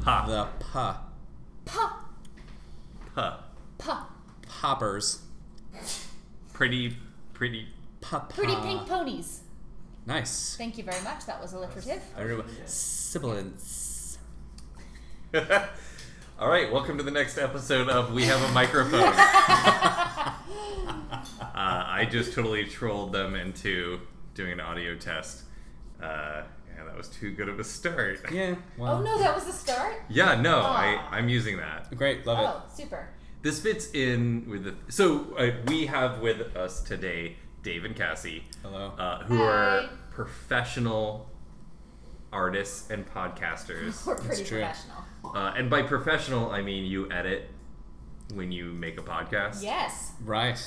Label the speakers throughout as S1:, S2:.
S1: Pa.
S2: The puh.
S3: Puh.
S1: Puh.
S3: Puh.
S2: Poppers.
S1: Pretty, pretty.
S2: Papa.
S3: Pretty pink ponies.
S2: Nice.
S3: Thank you very much. That was alliterative.
S2: Very well. Sibilance.
S1: All right, welcome to the next episode of We Have a Microphone. uh, I just totally trolled them into doing an audio test. Uh, yeah, that was too good of a start.
S2: Yeah. Well,
S3: Oh no, that was the start.
S1: Yeah, no, I, I'm using that.
S2: Great. Love
S3: Oh, super.
S1: This fits in with the. So uh, we have with us today Dave and Cassie,
S2: it. Hello.
S1: uh, who
S3: Hi.
S1: are professional artists and podcasters.
S3: We're pretty
S2: true.
S3: professional.
S1: Uh, and by professional, I mean you edit when you make a podcast.
S3: Yes.
S2: right.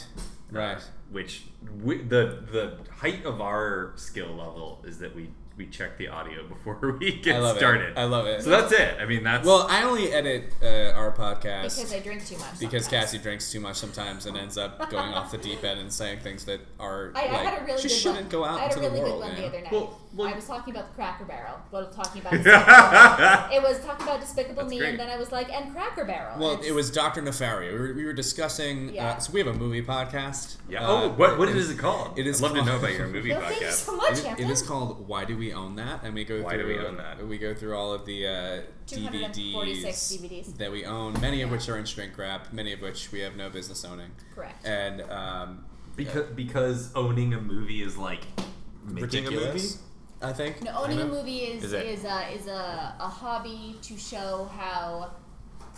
S2: Right.
S1: Which we, the the height of our skill level is that we we check the audio before we get
S2: I love
S1: started.
S2: it. I love it.
S1: So that's it. I mean, that's
S2: well, I only edit uh, our podcast
S3: Because I drink too much.
S2: because
S3: sometimes.
S2: Cassie drinks too much sometimes and ends up going off the deep end and saying things that are
S3: I,
S2: like
S3: I had a really
S2: she
S3: good
S2: shouldn't
S3: one.
S2: go out
S3: I had
S2: into
S3: a really
S2: the
S3: good
S2: world.
S3: one the
S2: man.
S3: other night.
S1: Well, well-
S3: I was talking about the Cracker Barrel. Well, talking about Despicable Me. it was talking about Despicable
S1: That's
S3: Me,
S1: great.
S3: and then I was like, and Cracker Barrel.
S2: Well,
S3: It's-
S2: it was Doctor Nefaria. We were, we were discussing.
S3: Yeah.
S2: Uh, so we have a movie podcast.
S1: yeah.
S2: Uh,
S1: oh, what what is it called?
S2: it is
S1: I'd love to know
S2: called-
S1: about your movie
S3: Well, thank you
S1: podcast.
S3: so much,
S2: It-
S3: Hampton.
S2: it is called "Why Do We Own That," and we go
S1: Why do
S2: through
S1: we own that?
S2: we go through all of the uh,
S3: 246 DVDs.
S2: that we own, many of which are in shrink wrap, many of which we have no business owning,
S3: correct.
S2: and um,
S1: Because because owning a movie is like making
S2: ridiculous. I think.
S3: No, owning a
S1: know.
S3: movie is
S1: Is
S3: is,
S1: it-
S3: a is a, a hobby to show how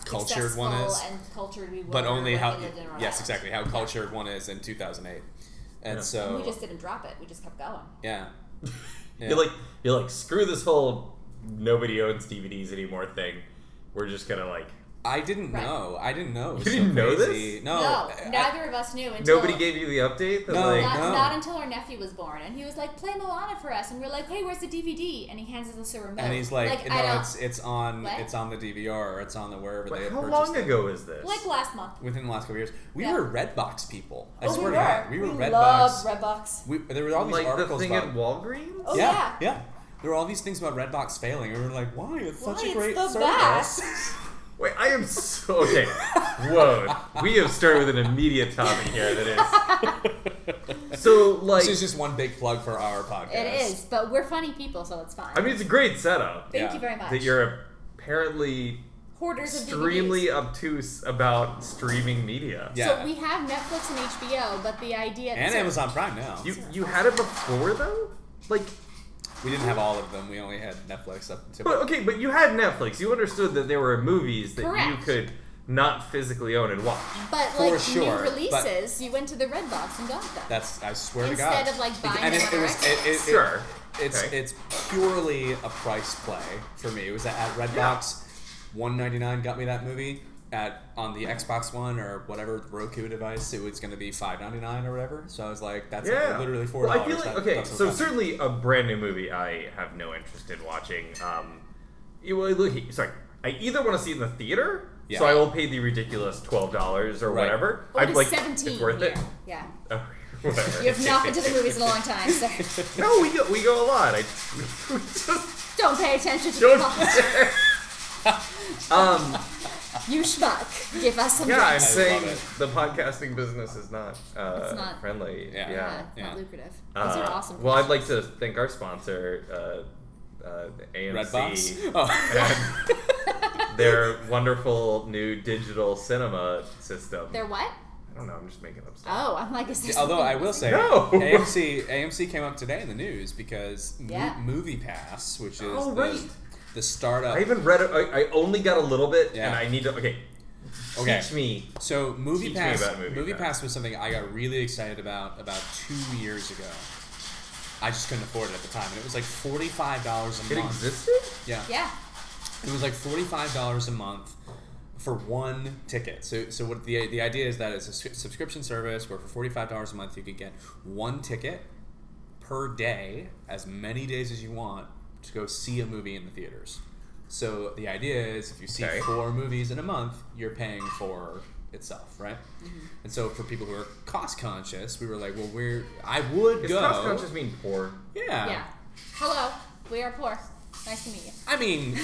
S2: Cultured one is.
S3: successful and cultured we were.
S2: but only
S3: when
S2: how
S3: we lived in Rhode
S2: yes
S3: Island.
S2: exactly how cultured one is in 2008 and
S1: Yeah.
S2: so
S3: We just didn't drop it. We just kept going.
S2: yeah
S1: a movie.
S2: Yeah.
S1: You're like you're like screw this whole nobody owns DVDs anymore thing. We're just gonna like
S2: i didn't
S3: Right.
S2: know i didn't know it
S1: You
S2: was so
S1: didn't know this?
S2: crazy. no
S3: no,
S2: I-
S3: neither of us knew until
S1: nobody gave you the update. That,
S2: No.
S1: like,
S3: not,
S2: no.
S3: not until our nephew was born, and he was like, "Play Moana for us," and we're like, "Hey, where's the DVD?" And he hands us a remote.
S2: and he's like,
S3: I
S2: no
S3: don't,
S2: it's it's on
S3: What?
S2: it's on the dvr or it's on the wherever they
S1: Wait, how
S2: purchased
S1: long
S2: it.
S1: ago is this?
S3: like last month.
S2: within the last couple years we
S3: Yeah.
S2: were redbox people i
S3: oh,
S2: swear
S3: we
S2: to god
S3: were.
S2: we were redbox
S3: love Redbox.
S2: we, there were all these
S1: like the
S2: articles
S1: thing
S2: about
S1: at Walgreens?
S3: Oh,
S2: yeah
S3: yeah.
S2: there were all these things about redbox failing and we were like why it's
S3: Why,
S2: such a
S3: it's
S2: great
S3: the
S2: service
S1: Wait, I am so okay. Whoa, we have started with an immediate topic here that is so like.
S2: this is just one big plug for our podcast
S3: It is, but we're funny people, so it's fine.
S1: I mean, it's a great setup
S3: Thank
S2: yeah,
S3: you very much.
S1: that you're apparently
S3: hoarders of
S1: extremely
S3: DVDs.
S1: obtuse about streaming media.
S2: Yeah.
S3: So we have Netflix and HBO, but the idea
S2: and
S3: so-
S2: amazon prime now
S1: You you had it before though, like.
S2: We didn't have all of them. We only had Netflix up until.
S1: But okay, but you had Netflix. You understood that there were movies that you
S3: Correct.
S1: could not physically own and watch.
S3: But
S2: For
S3: like
S2: sure,
S3: new
S2: but-
S3: releases, you went to the Red Box and got them.
S2: that's I swear to God.
S3: Instead of, like, buying
S2: and
S3: it
S2: it,
S3: on
S2: it was it, it, it-
S1: Sure.
S2: It's
S1: Okay.
S2: it's purely a price play for me. It was at Redbox, one ninety nine got me that movie. At on the Xbox One or whatever Roku device, it was going to be five ninety nine or whatever. So I was like, that's
S1: Yeah,
S2: literally four
S1: Well,
S2: dollars.
S1: I feel like
S2: That-
S1: okay,
S2: that's what
S1: so
S2: I'm-
S1: certainly a brand new movie I have no interest in watching. Um, you well, look, sorry, I either want to see it in the theater,
S2: Yeah.
S1: so I will pay the ridiculous twelve dollars or
S2: Right.
S1: whatever.
S3: Or
S1: I'm
S3: to
S1: like,
S3: 17
S1: it's worth it.
S3: here. Yeah.
S1: Oh, whatever.
S3: You have not been to the movies in a long time, so
S1: no, we go, we go a lot. I we just
S3: don't pay attention to
S1: don't.
S3: the plot.
S1: um,
S3: You schmuck. Give us some
S1: yeah, I'm
S3: drinks.
S2: love
S1: saying
S2: it.
S1: the podcasting business is not, uh,
S3: It's not-
S1: friendly.
S2: Yeah.
S3: Yeah, it's
S2: yeah.
S3: not lucrative.
S1: Uh,
S3: Those are awesome.
S1: Well, I'd like to thank our sponsor, uh, uh,
S2: Redbox.
S1: AMC.
S2: Oh.
S1: and their wonderful new digital cinema system.
S3: They're what?
S1: I don't know. I'm just making up stuff.
S3: Oh, I'm like, is there
S2: Although
S3: something
S2: I will
S3: missing?
S2: say,
S1: No.
S2: AMC AMC came up today in the news because
S3: Yeah.
S2: Movie Pass, which is
S1: Oh,
S2: the,
S1: right.
S2: the
S3: Oh.
S2: startup.
S1: I even read. it- I, I only got a little bit,
S2: Yeah.
S1: and I need to. Okay.
S2: Okay.
S1: Teach me.
S2: So movie
S1: Teach me
S2: pass,
S1: about
S2: movie,
S1: Movie
S2: pass.
S1: Pass.
S2: was something I got really excited about about two years ago. I just couldn't afford it at the time, and it was like forty five dollars a
S1: It
S2: month.
S1: existed.
S2: Yeah.
S3: Yeah.
S2: it was like forty five dollars a month for one ticket. So so what the the idea is that it's a su- subscription service where for forty five dollars a month you could get one ticket per day, as many days as you want, to go see a movie in the theaters. So the idea is if you see
S1: Okay.
S2: four movies in a month, you're paying for itself, right? And so for people who are cost conscious, we were like, well, we're I would
S1: Does
S2: go.
S1: cost conscious mean poor?
S2: Yeah.
S3: Yeah. Hello. We are poor. Nice to meet you.
S2: I mean,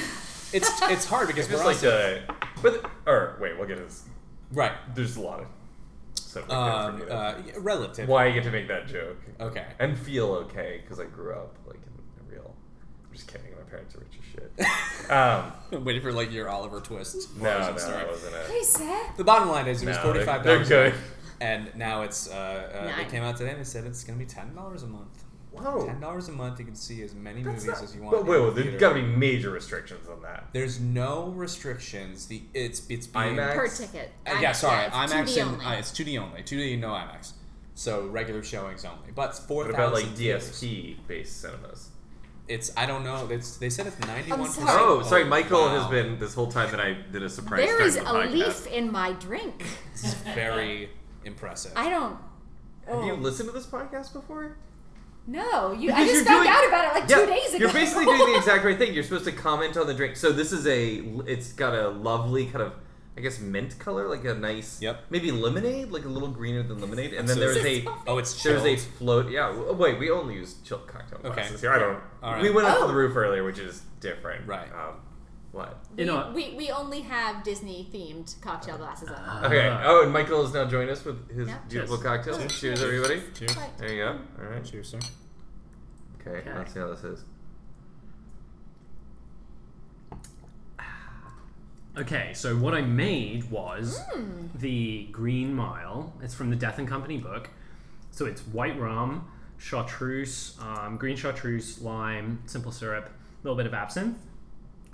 S2: it's it's hard because
S1: It's
S2: we're
S1: like
S2: also,
S1: a, but or wait, we'll get into this.
S2: right
S1: There's a lot of stuff like that for
S2: um,
S1: me. though.
S2: uh, yeah, relative.
S1: Why I get to make that joke
S2: Okay.
S1: and feel okay because I grew up like in a real. I'm just kidding. My parents are rich as shit. Um,
S2: I'm waiting for like your Oliver twist.
S1: no,
S2: origin
S1: no,
S2: story.
S1: that wasn't it.
S3: Hey, Seth.
S2: The bottom line is it was
S1: No,
S2: forty
S1: they're-
S2: five
S1: they're
S2: dollars.
S1: good.
S2: And now it's uh, uh, they
S3: Nine.
S2: came out today and they said it's gonna be ten dollars a month.
S1: Whoa.
S2: Ten dollars a month, you can see as many
S1: Oh. That's
S2: movies
S1: not-
S2: as you want.
S1: But
S2: in
S1: wait,
S2: the
S1: wait, there's
S2: theater.
S1: got to be major restrictions on that.
S2: There's no restrictions. The it's it's being
S1: IMAX?
S3: Per ticket.
S2: Uh, yeah, sorry, IMAX
S3: TV
S2: and
S3: only.
S2: uh, it's 2D only. 2D no IMAX, so regular showings only. But four thousand.
S1: What about like DSP based cinemas?
S2: It's I don't know. It's they said it's ninety one percent.
S3: sorry.
S1: Oh, sorry. Michael has been this whole time that I did a surprise.
S3: There is
S1: start
S3: a
S1: to the podcast.
S3: leaf in my drink.
S2: very impressive.
S3: I don't.
S1: Have you
S3: Oh.
S1: listened to this podcast before?
S3: No, you. I
S1: Because
S3: just
S1: you're
S3: found
S1: doing-
S3: out about it like two days ago.
S1: You're basically doing the exact right thing. You're supposed to comment on the drink. So this is a. It's got a lovely kind of. I guess mint color, like a nice,
S2: Yep.
S1: maybe lemonade, like a little greener than lemonade, and then there is
S3: This
S1: a
S3: is so-
S2: oh, it's
S1: there's
S2: chilled.
S1: a float. Yeah, w- oh, wait, we only use chilled cocktail
S2: Okay.
S1: glasses here. I don't.
S2: All right.
S1: We went up to
S3: Oh.
S1: the roof earlier, which is different.
S2: Right.
S1: Um, what?
S3: We,
S4: You know what?
S3: we, we only have Disney themed cocktail glasses on.
S1: Okay.
S4: Ah.
S1: oh, and Michael has now joined us with his
S3: Yeah.
S1: beautiful
S4: Cheers.
S1: cocktail. Cheers,
S3: Cheers.
S1: everybody.
S2: Cheers.
S3: But-
S1: There you go. All right.
S2: Cheers, sir.
S1: Okay,
S4: Okay.
S1: let's see how this is.
S4: Okay, so what I made was
S3: Hmm.
S4: the Green Mile. It's from the Death and Company book. So it's white rum, chartreuse, um, green chartreuse, lime, simple syrup, a little bit of absinthe.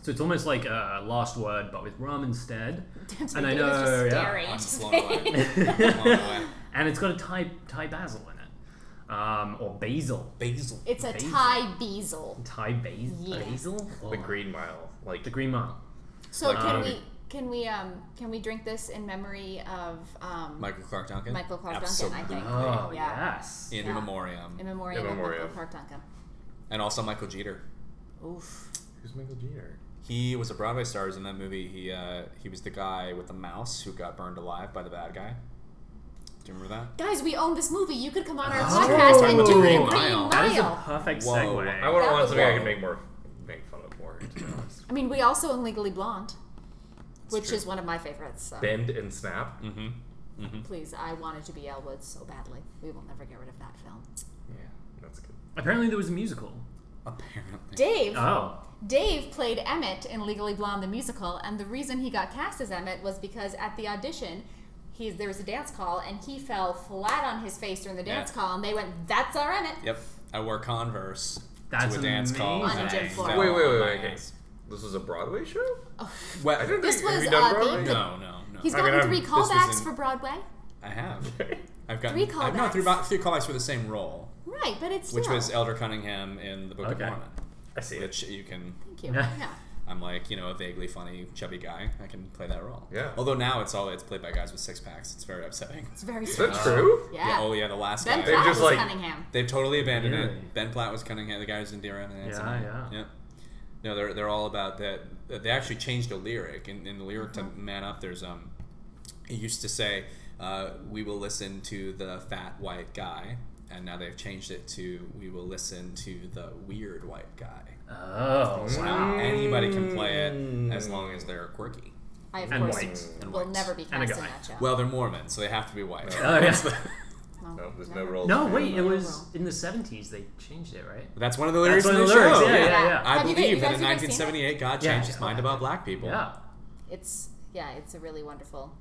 S4: So it's almost like a last word, but with rum instead.
S3: That's
S4: And I
S3: ridiculous,
S4: know,
S3: just
S4: yeah,
S3: staring
S2: I'm
S3: at his
S2: blown
S3: face.
S2: away. blown away.
S4: And it's got a Thai, Thai basil in it, um, or basil.
S2: Basil.
S3: It's a
S4: Basil.
S3: Thai bezel.
S4: Thai basil.
S3: Yeah.
S4: Basil? Oh,
S1: The Green Mile. Like
S4: The Green Mile.
S3: So can
S4: Um,
S3: we can we um can we drink this in memory of um
S2: Michael Clark Duncan.
S3: Michael Clark Duncan? I
S2: Absolutely.
S3: think.
S4: Oh,
S3: yeah.
S4: yes.
S2: In
S3: Yeah.
S2: memoriam,
S3: In memoriam,
S1: In
S3: of
S1: memoriam.
S3: Michael Clark Duncan.
S2: and also Michael Jeter.
S3: Oof.
S1: who's Michael Jeter?
S2: He was a Broadway star. He was in that movie. He uh, he was the guy with the mouse who got burned alive by the bad guy. Do you remember that?
S3: Guys, we own this movie. You could come
S1: Oh.
S3: on our
S4: That's true.
S3: podcast
S4: Talking
S3: and
S4: about
S3: do
S4: Green
S3: it.
S2: Mile.
S3: Green
S4: That is a
S3: Mile.
S4: perfect
S2: Whoa.
S4: segue.
S1: I want to
S3: That
S1: want
S3: was
S1: something I
S3: wild.
S1: can make more make fun of more. To be honest.
S3: I mean, we also own Legally Blonde, which
S1: true.
S3: is one of my favorites. So
S1: Bend and snap.
S2: Mm-hmm.
S3: please, I wanted to be Elwood so badly. We will never get rid of that film.
S1: Yeah, that's good.
S4: Apparently, there was a musical.
S2: Apparently.
S3: Dave
S4: Oh.
S3: Dave played Emmett in Legally Blonde the musical, and the reason he got cast as Emmett was because at the audition, he there was a dance call and he fell flat on his face during the
S2: Yeah.
S3: dance call, and they went, "That's our Emmett."
S2: Yep. I wore Converse
S4: That's
S2: to a dance call.
S4: amazing.
S2: and
S3: On a gym
S2: I
S3: floor.
S2: fell
S1: Wait, wait,
S2: on
S1: wait,
S2: my
S1: wait. okay.
S2: ass.
S1: This was a Broadway show.
S2: Well,
S1: I didn't
S3: This
S1: think have
S3: was,
S1: you done
S3: uh, the-
S1: Broadway.
S3: the-
S2: no, no, no.
S3: He's
S1: I
S3: gotten
S1: mean, I'm-
S3: three
S1: this
S3: callbacks
S2: isn't-
S3: for Broadway,
S2: I have.
S1: Okay.
S2: I've gotten
S3: Three
S2: I've, no, three,
S3: callbacks.
S2: three callbacks for the same role,
S3: right? But it's
S2: which
S3: still,
S2: was Elder Cunningham in the Book
S4: Okay.
S2: of Mormon,
S1: I see it.
S2: which you can.
S3: thank you.
S4: Yeah.
S3: Yeah.
S2: I'm like you know a vaguely funny chubby guy. I can play that role.
S1: Yeah.
S2: Although now it's all it's played by guys with six packs. It's very upsetting.
S3: it's very
S1: Is
S3: strange.
S1: that true?
S3: Yeah.
S2: Oh yeah, the last
S3: Ben
S2: guy.
S1: They've
S3: Platt
S1: just,
S3: was
S1: like-
S3: Cunningham.
S2: They've totally abandoned
S4: Really?
S2: it. Ben Platt was Cunningham. The guys in Deer Evan. and Hanson.
S4: Yeah, yeah.
S2: Yep. No, they're they're all about that. They actually changed a lyric in, in the lyric
S4: Uh-huh.
S2: to "Man Up." There's um, it used to say, uh, "We will listen to the fat white guy," and now they've changed it to "We will listen to the weird white guy."
S4: Oh,
S2: So now
S3: Mm.
S4: wow.
S2: anybody can play it as long as they're quirky.
S3: I of
S4: And
S3: course
S4: white.
S2: And
S3: will
S2: white.
S3: never be
S4: And a
S3: cast in
S4: guy.
S3: that show.
S2: Well, they're Mormon, so they have to be white.
S4: Oh, yeah.
S1: No, there's no
S3: never.
S1: rules.
S4: No, wait, it
S3: Yeah.
S4: was in the 70s they changed it, right?
S2: But that's one of the lyrics
S4: That's
S2: in
S4: one
S2: the
S4: of the lyrics,
S2: show.
S4: yeah, yeah, yeah.
S2: I
S3: Have you
S2: believe
S3: guys-
S2: that
S3: have
S2: in
S3: you guys seen it?
S2: 1978, God
S4: Yeah.
S2: changed his mind about black people.
S4: Yeah.
S3: It's yeah, it's a really wonderful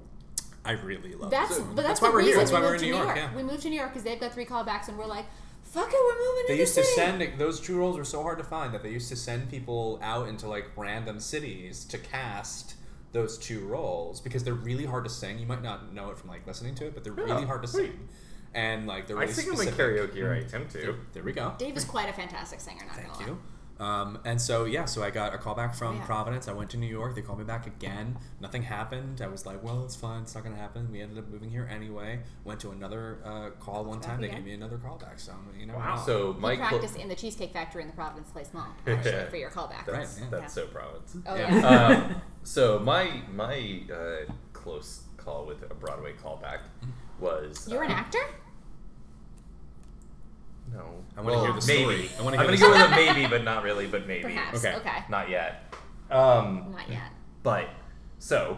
S2: I really love
S3: That's
S2: it.
S3: but that's,
S2: why
S3: the
S2: we're here.
S3: reason
S2: That's
S3: we
S2: why we're in
S3: moved
S2: New
S3: to
S2: York. Yeah.
S3: We moved to New York because they've got three callbacks, and we're like, "Fuck it, we're moving to
S2: They
S3: the
S2: used to
S3: city."
S2: send those two roles were so hard to find that they used to send people out into like random cities to cast those two roles because they're really hard to sing. You might not know it from like listening to it, but they're
S4: Oh,
S2: really
S1: Yeah,
S2: hard to
S1: wait.
S2: sing. And like they're
S1: I
S2: really
S1: sing them in
S2: specific.
S1: karaoke, or I attempt to.
S2: There we go.
S3: Dave is quite a fantastic singer. Not
S2: Thank
S3: gonna lie.
S2: you. Um, and so yeah, so I got a call back from
S3: Yeah.
S2: Providence. I went to New York. They called me back again. Nothing happened. I was like, well, it's fine. It's not gonna happen. We ended up moving here anyway. Went to another uh, call one time. They
S3: again.
S2: gave me another call back. So you know,
S4: Wow.
S1: So
S3: You
S1: Michael.
S3: practice in the Cheesecake Factory in the Providence Place Mall actually,
S1: Yeah.
S3: for your callback.
S1: That's,
S2: Right, yeah.
S1: that's so Providence.
S3: Oh
S2: Yeah.
S3: yeah.
S1: um, so my my uh, close call with a Broadway callback was.
S3: You're an
S1: uh,
S3: actor.
S1: No.
S2: I wanna hear the story.
S1: maybe.
S2: I wanna
S1: I'm
S2: hear
S1: gonna
S2: the
S1: go with a maybe, but not really, but maybe.
S3: Perhaps.
S2: Okay.
S3: Okay.
S1: Not yet. Um,
S3: Not yet.
S1: But so,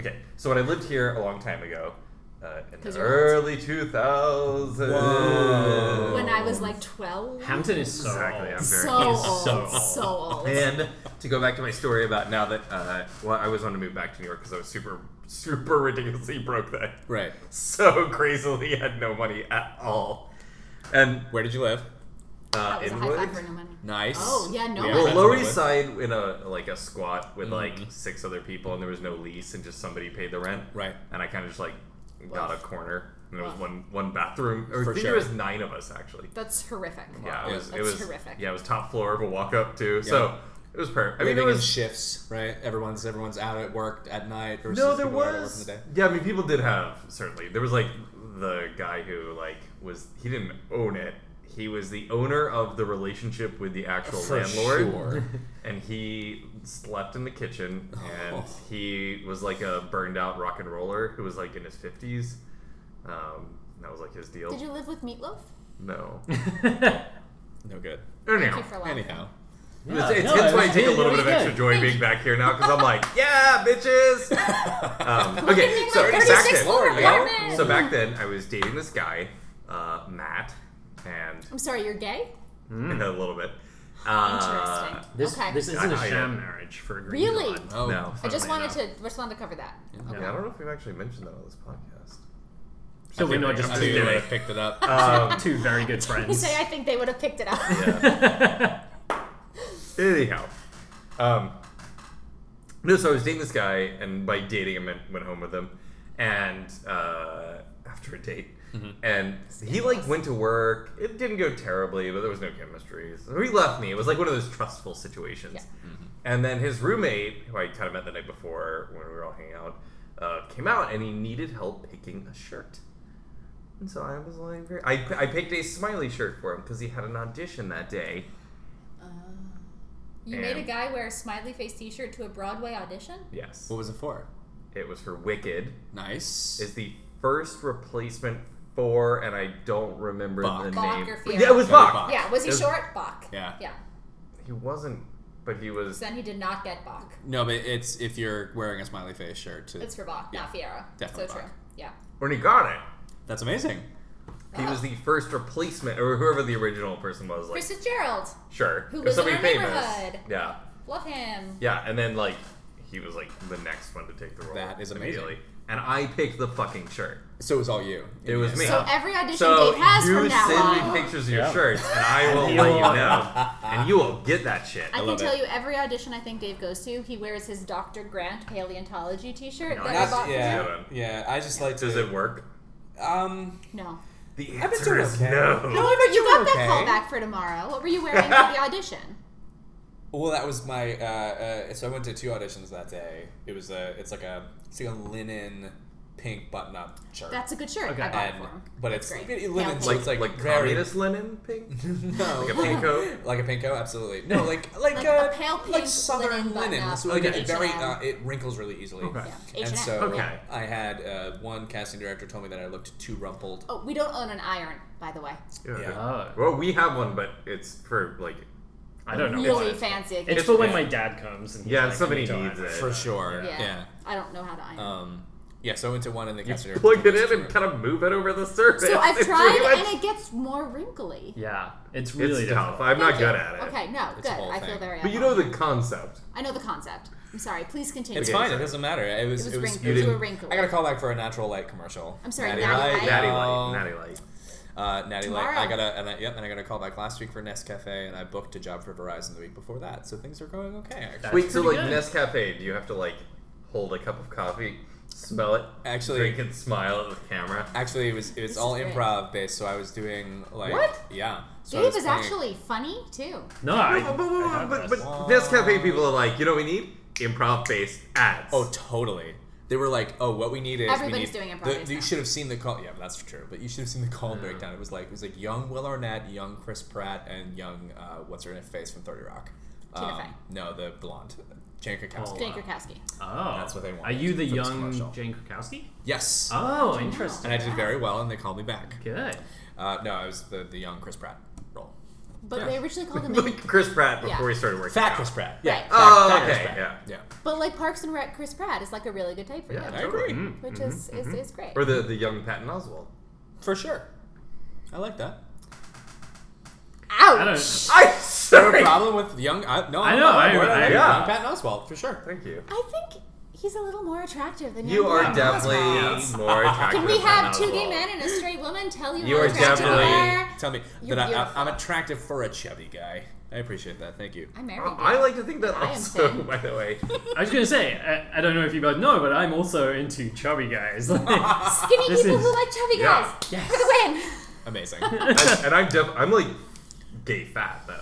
S1: okay. So when I lived here a long time ago, uh, in
S3: 'Cause
S1: the
S3: you're
S1: early two thousands,
S2: Whoa.
S3: When I was like 12.
S4: Hampton is so
S1: Exactly,
S4: old.
S1: I'm very-
S3: so
S4: He's
S3: old.
S4: so old.
S3: So old.
S1: and to go back to my story about now that uh, well, I always wanted to move back to New York because I was super, super ridiculously broke then,
S2: Right.
S1: so crazily had no money at all, and
S2: Where did you live?
S1: uh,
S3: That was a high
S1: Inwood?
S3: five for no money.
S2: Nice.
S3: Oh, yeah, no
S2: We have
S3: way.
S1: Well,
S2: friends in
S1: Lower
S2: Inwood.
S1: East Side in a like a squat with like
S2: Mhm.
S1: six other people, and there was no lease, and just somebody paid the rent.
S2: Right.
S1: And I kind of just like got a corner, and there was
S3: Wow.
S1: one one bathroom. Or I
S2: For
S1: think
S2: sure.
S1: there was nine of us actually.
S3: That's horrific.
S1: Yeah, it
S2: Yeah.
S1: was. it
S3: That's
S1: was
S3: horrific.
S1: Yeah, it was top floor of a walk up too. So it was perfect. I mean, it
S2: Living in
S1: was.
S2: shifts, right? Everyone's everyone's out at work at night. Versus
S1: no, there
S2: people that are working
S1: was.
S2: the day.
S1: Yeah, I mean, people did have certainly. There was like the guy who like was he didn't own it. He was the owner of the relationship with the actual
S2: For
S1: landlord.
S2: sure.
S1: and he slept in the kitchen and
S2: Oh.
S1: he was like a burned out rock and roller who was like in his 50s um, that was like his deal
S3: Did you live with Meatloaf?
S1: no
S2: No good.
S1: anyhow
S3: Thank you for laughing.
S2: Anyhow,
S1: it's, it's, hence why I take a little bit of extra joy being back here now because I'm like yeah bitches um, okay
S3: Living
S1: so
S3: in my
S1: back
S3: 36
S1: then
S3: floor
S1: okay,
S3: apartment.
S1: so back then I was dating this guy uh, Matt and
S3: I'm sorry, you're gay? Hmm.
S1: a little bit uh,
S3: Interesting.
S4: This,
S3: okay.
S4: this isn't a
S1: I- I-
S4: sham marriage for a green
S3: Really?
S4: card.
S2: oh
S1: Uh, no
S3: I just
S1: funnily
S3: wanted
S1: enough.
S3: to just wanted to cover that. Okay.
S1: yeah, I don't know if we've actually mentioned that on this podcast
S4: So we're not
S1: I'm
S4: just
S2: I
S1: just
S2: knew you
S1: kidding.
S4: two,
S2: would have picked it up.
S1: um,
S4: two very good
S3: You
S4: friends.
S3: say I think they would have picked it up.
S1: Anyhow, um, no, so I was dating this guy, and by dating, I meant went home with him, and uh, after a date, and he like went to work. It didn't go terribly, but there was no chemistry, so he left me. It was like one of those trustful situations.
S3: Yeah.
S1: And then his roommate, who I kind of met the night before when we were all hanging out, uh, came out, and he needed help picking a shirt. And so I was like, very- I, I picked a smiley shirt for him because he had an audition that day.
S3: You made a guy wear a smiley face T-shirt to a Broadway audition.
S1: Yes.
S2: what was it for?
S1: It was for Wicked.
S2: Nice.
S1: Is the first replacement for, and I don't remember
S2: Bach.
S1: the
S3: Bach
S1: name.
S3: or Fiona.
S1: Yeah, it was
S2: Gotta be
S1: Bach.
S2: Bach.
S3: Yeah, was he
S1: It was-
S3: short? Bach.
S2: Yeah.
S3: Yeah.
S1: He wasn't, but he was.
S3: So then he did not get Bach.
S2: no, but it's if you're wearing a smiley face shirt. To,
S3: It's for Bach, not Fiera.
S2: Definitely
S3: so
S2: Bach.
S3: true. Yeah.
S1: When he got it,
S2: That's amazing.
S1: he
S3: Oh.
S1: was the first replacement, or whoever the original person was. Like,
S3: Chris Fitzgerald.
S1: sure,
S3: who
S1: it
S3: lives
S1: was
S3: in
S1: somebody
S3: our
S1: famous.
S3: neighborhood.
S1: Yeah,
S3: Love him.
S1: yeah, and then like he was like the next one to take the role.
S2: That is amazing.
S1: immediately. And I picked the fucking shirt.
S2: So it was all you.
S1: It was me.
S3: So every audition
S1: So
S3: Dave has
S1: you
S3: from now
S1: send
S3: on.
S1: me pictures of your
S4: Yeah.
S1: shirts, and I will
S4: You
S1: let you
S4: will.
S1: know, and you will get that shit.
S3: I, can
S2: love
S3: tell
S2: it.
S3: you every audition I think Dave goes to, he wears his Dr. Grant paleontology T-shirt that I
S1: Nice.
S3: bought for
S2: yeah,
S1: Good one.
S2: yeah. I just like to.
S1: Does it work?
S2: Um,
S3: you. No.
S1: The
S2: I've been
S1: answer
S2: doing
S1: is
S2: okay.
S1: no.
S2: No, I've been
S3: You
S2: doing
S3: got that
S2: okay.
S3: call back for tomorrow. What were you wearing for the audition?
S2: Well, that was my. Uh, uh, so I went to two auditions that day. It was a. It's like a. It's like a linen pink button-up shirt.
S3: That's a good shirt.
S4: Okay.
S3: I bought it
S2: and,
S3: for him.
S2: but it's
S3: Great.
S2: it- it linen,
S3: Yeah.
S2: so it's like
S1: like
S2: very,
S1: communist linen pink,
S2: No,
S1: like a pink coat.
S2: like a pinko, absolutely. No, like like,
S3: Like
S2: uh,
S3: a pale
S2: like
S3: pink
S2: southern
S3: linen
S2: linen.
S3: button-up
S2: So like
S1: Okay.
S2: it very
S3: H&M.
S2: uh, it wrinkles really easily.
S1: Okay.
S3: Yeah.
S2: And
S3: H&M.
S2: so
S1: Okay.
S2: I had uh, one casting director told me that I looked too rumpled.
S3: Oh, we don't own an iron, by the way.
S2: Yeah.
S4: Oh,
S1: Well, we have one, but it's for like
S4: I don't know. what
S3: Really
S4: it is.
S3: fancy. I
S4: It's
S3: guess.
S4: for when
S2: yeah.
S4: my dad comes. And he's
S1: Yeah,
S4: like,
S1: somebody
S4: "I need to
S1: needs
S4: iron."
S1: it.
S2: For sure.
S3: yeah.
S2: Yeah.
S3: I don't know how to iron.
S2: Um. Yeah. So I went to one and the casting director.
S1: plug
S2: told
S1: it
S2: me
S1: in
S2: to-
S1: and kind of move it over the surface.
S3: so I've
S1: It's
S3: tried,
S1: pretty much-
S3: and it gets more wrinkly.
S4: Yeah, it's
S1: it's
S4: really
S1: tough.
S4: difficult.
S1: I'm not
S3: Thank
S1: good
S3: you.
S1: at it.
S3: Okay, no,
S2: It's a
S3: good.
S2: whole
S3: I feel
S2: thing.
S3: very.
S1: But you know the concept.
S3: I know the concept. I'm sorry. Please continue.
S2: It's
S1: Okay,
S2: fine. It
S1: sorry.
S2: doesn't matter. It was.
S3: It was
S2: It was.
S3: wrinkly.
S2: you
S3: You
S2: didn't-
S3: were wrinkly.
S2: I got a call back for a natural light commercial.
S3: I'm sorry,
S2: Natty,
S3: Natty Light.
S2: light.
S1: Natty
S2: y'all.
S4: Um,
S1: light, natty light.
S2: Uh, Natty light.
S3: Tomorrow.
S2: I got a and I, yep, and I got a call back last week for Nescafe, and I booked a job for Verizon the week before that. So things are going okay. Actually,
S4: That's
S1: Wait, so like
S4: pretty good.
S1: Nescafe, do you have to like hold a cup of coffee, smell it,
S2: Actually-
S1: drink and smile at the camera?
S2: actually, it was it was
S3: This
S2: all
S3: is great.
S2: improv based. So I was doing like
S1: What?
S2: Yeah. So I
S3: Dave
S2: was
S3: is
S2: playing-
S3: actually funny too.
S4: No, I,
S1: but,
S4: I
S1: but,
S4: have
S1: but, but
S4: this.
S1: Nescafe people are like, you know, what we need improv-based ads.
S2: Oh, totally. They were like, "Oh, what we need is
S3: Everybody's
S2: we need,
S3: doing improv
S2: the-
S3: based
S2: You
S3: now.
S2: should have seen the call. Yeah, that's true. But you should have seen the call breakdown. It was like it was like young Will Arnett, young Chris Pratt, and young uh, what's her face from Thirty Rock. Um,
S3: Tina Fey.
S2: No, the blonde, Jane Krakowski.
S4: Oh.
S3: Jane Krakowski.
S4: oh,
S2: That's what they
S4: Are
S2: wanted
S4: you the
S2: for this
S4: young
S2: commercial.
S4: Jane Krakowski?
S2: Yes.
S4: Oh,
S2: and
S4: interesting.
S2: I did very well, and they called me back.
S4: Good.
S2: Uh, no, I was the, the young Chris Pratt role.
S3: but
S2: Yeah.
S3: they originally called him.
S1: like Chris Pratt before
S3: Yeah.
S1: he started working.
S2: Fat
S1: out.
S2: Chris Pratt. Yeah.
S3: Right.
S2: fat-
S1: Oh,
S2: fat Chris
S1: okay,
S2: Pratt.
S1: yeah.
S2: Yeah.
S3: but like Parks and Rec, Chris Pratt is like a really good type for
S1: Yeah,
S3: him,
S2: I
S1: totally.
S2: agree.
S4: Mm.
S3: which is, is is great.
S1: Or the the young Patton Oswald.
S2: For sure. I like that.
S3: Ouch!
S4: I don't.
S1: I
S2: No
S1: sorry.
S2: problem with young. I, no,
S4: I
S2: I'm
S4: know,
S2: on
S4: I-
S2: board.
S4: I-
S2: like
S1: yeah.
S2: young Patton Oswald for sure.
S1: Thank you.
S3: I think he's a little more attractive than
S1: You
S3: young
S1: are
S3: Patton
S1: definitely
S3: Oswalt.
S1: more attractive.
S3: Can we
S1: than
S3: have
S1: Patton
S3: two gay
S1: Oswalt.
S3: men and a straight woman tell you,
S1: You
S3: how
S1: are
S3: attractive
S1: definitely-
S3: they are?
S2: Tell me
S3: You're
S2: that I, I,
S3: beautiful.
S2: I'm attractive for a chubby guy. I appreciate that. Thank you.
S3: I married you.
S1: I I like to think that
S3: I am
S1: also,
S3: thin.
S1: by the way.
S4: I was gonna say. I, I don't know if you guys know, but I'm also into chubby guys. Like,
S3: skinny
S4: This
S3: people
S4: is-
S3: who like chubby
S1: Yeah.
S3: guys
S4: Yes.
S3: for the win.
S2: Amazing.
S1: I, and I'm def- I'm like gay fat though.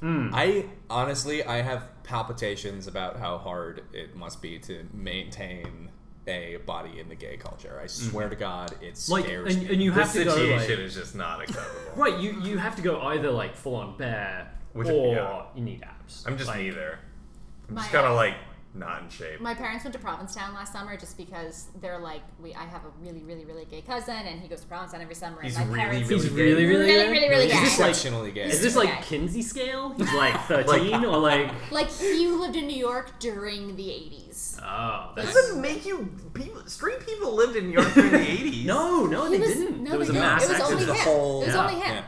S2: I honestly, I have palpitations about how hard it must be to maintain a body in the gay culture. I swear to God, it
S4: like,
S2: scares
S4: and, uh,
S2: me.
S4: and you have
S1: This
S4: to go
S1: situation
S4: like,
S1: is just not acceptable.
S4: right. You you have to go either like full on bare,
S1: Which-
S4: or
S1: yeah.
S4: you need abs.
S1: I'm just
S4: like,
S1: neither. I'm just
S3: My- uh,
S1: kind of like not in shape.
S3: My parents went to Provincetown last summer just because they're like, we I have a really, really, really gay cousin, and he goes to Provincetown every summer.
S1: He's
S3: and my
S1: really,
S3: parents,
S4: He's
S1: Really
S4: really,
S1: gay.
S4: really,
S3: Really, really, really
S4: Is
S3: gay.
S4: this, like-
S2: Exceptionally gay.
S4: Is this like
S3: Okay.
S4: Kinsey scale? He's like 13 or like.
S3: like he lived in New York during the '80s.
S4: Oh, that's.
S1: doesn't make you people, straight people lived in New York in the 80s.
S4: No, no, they
S3: He was-
S4: didn't.
S3: no,
S4: there was
S3: they
S4: a
S3: didn't.
S4: mass
S3: It was
S4: exodus.
S3: only
S2: The
S3: him.
S2: whole-
S3: it was
S4: Yeah.
S3: only him.
S2: Yeah.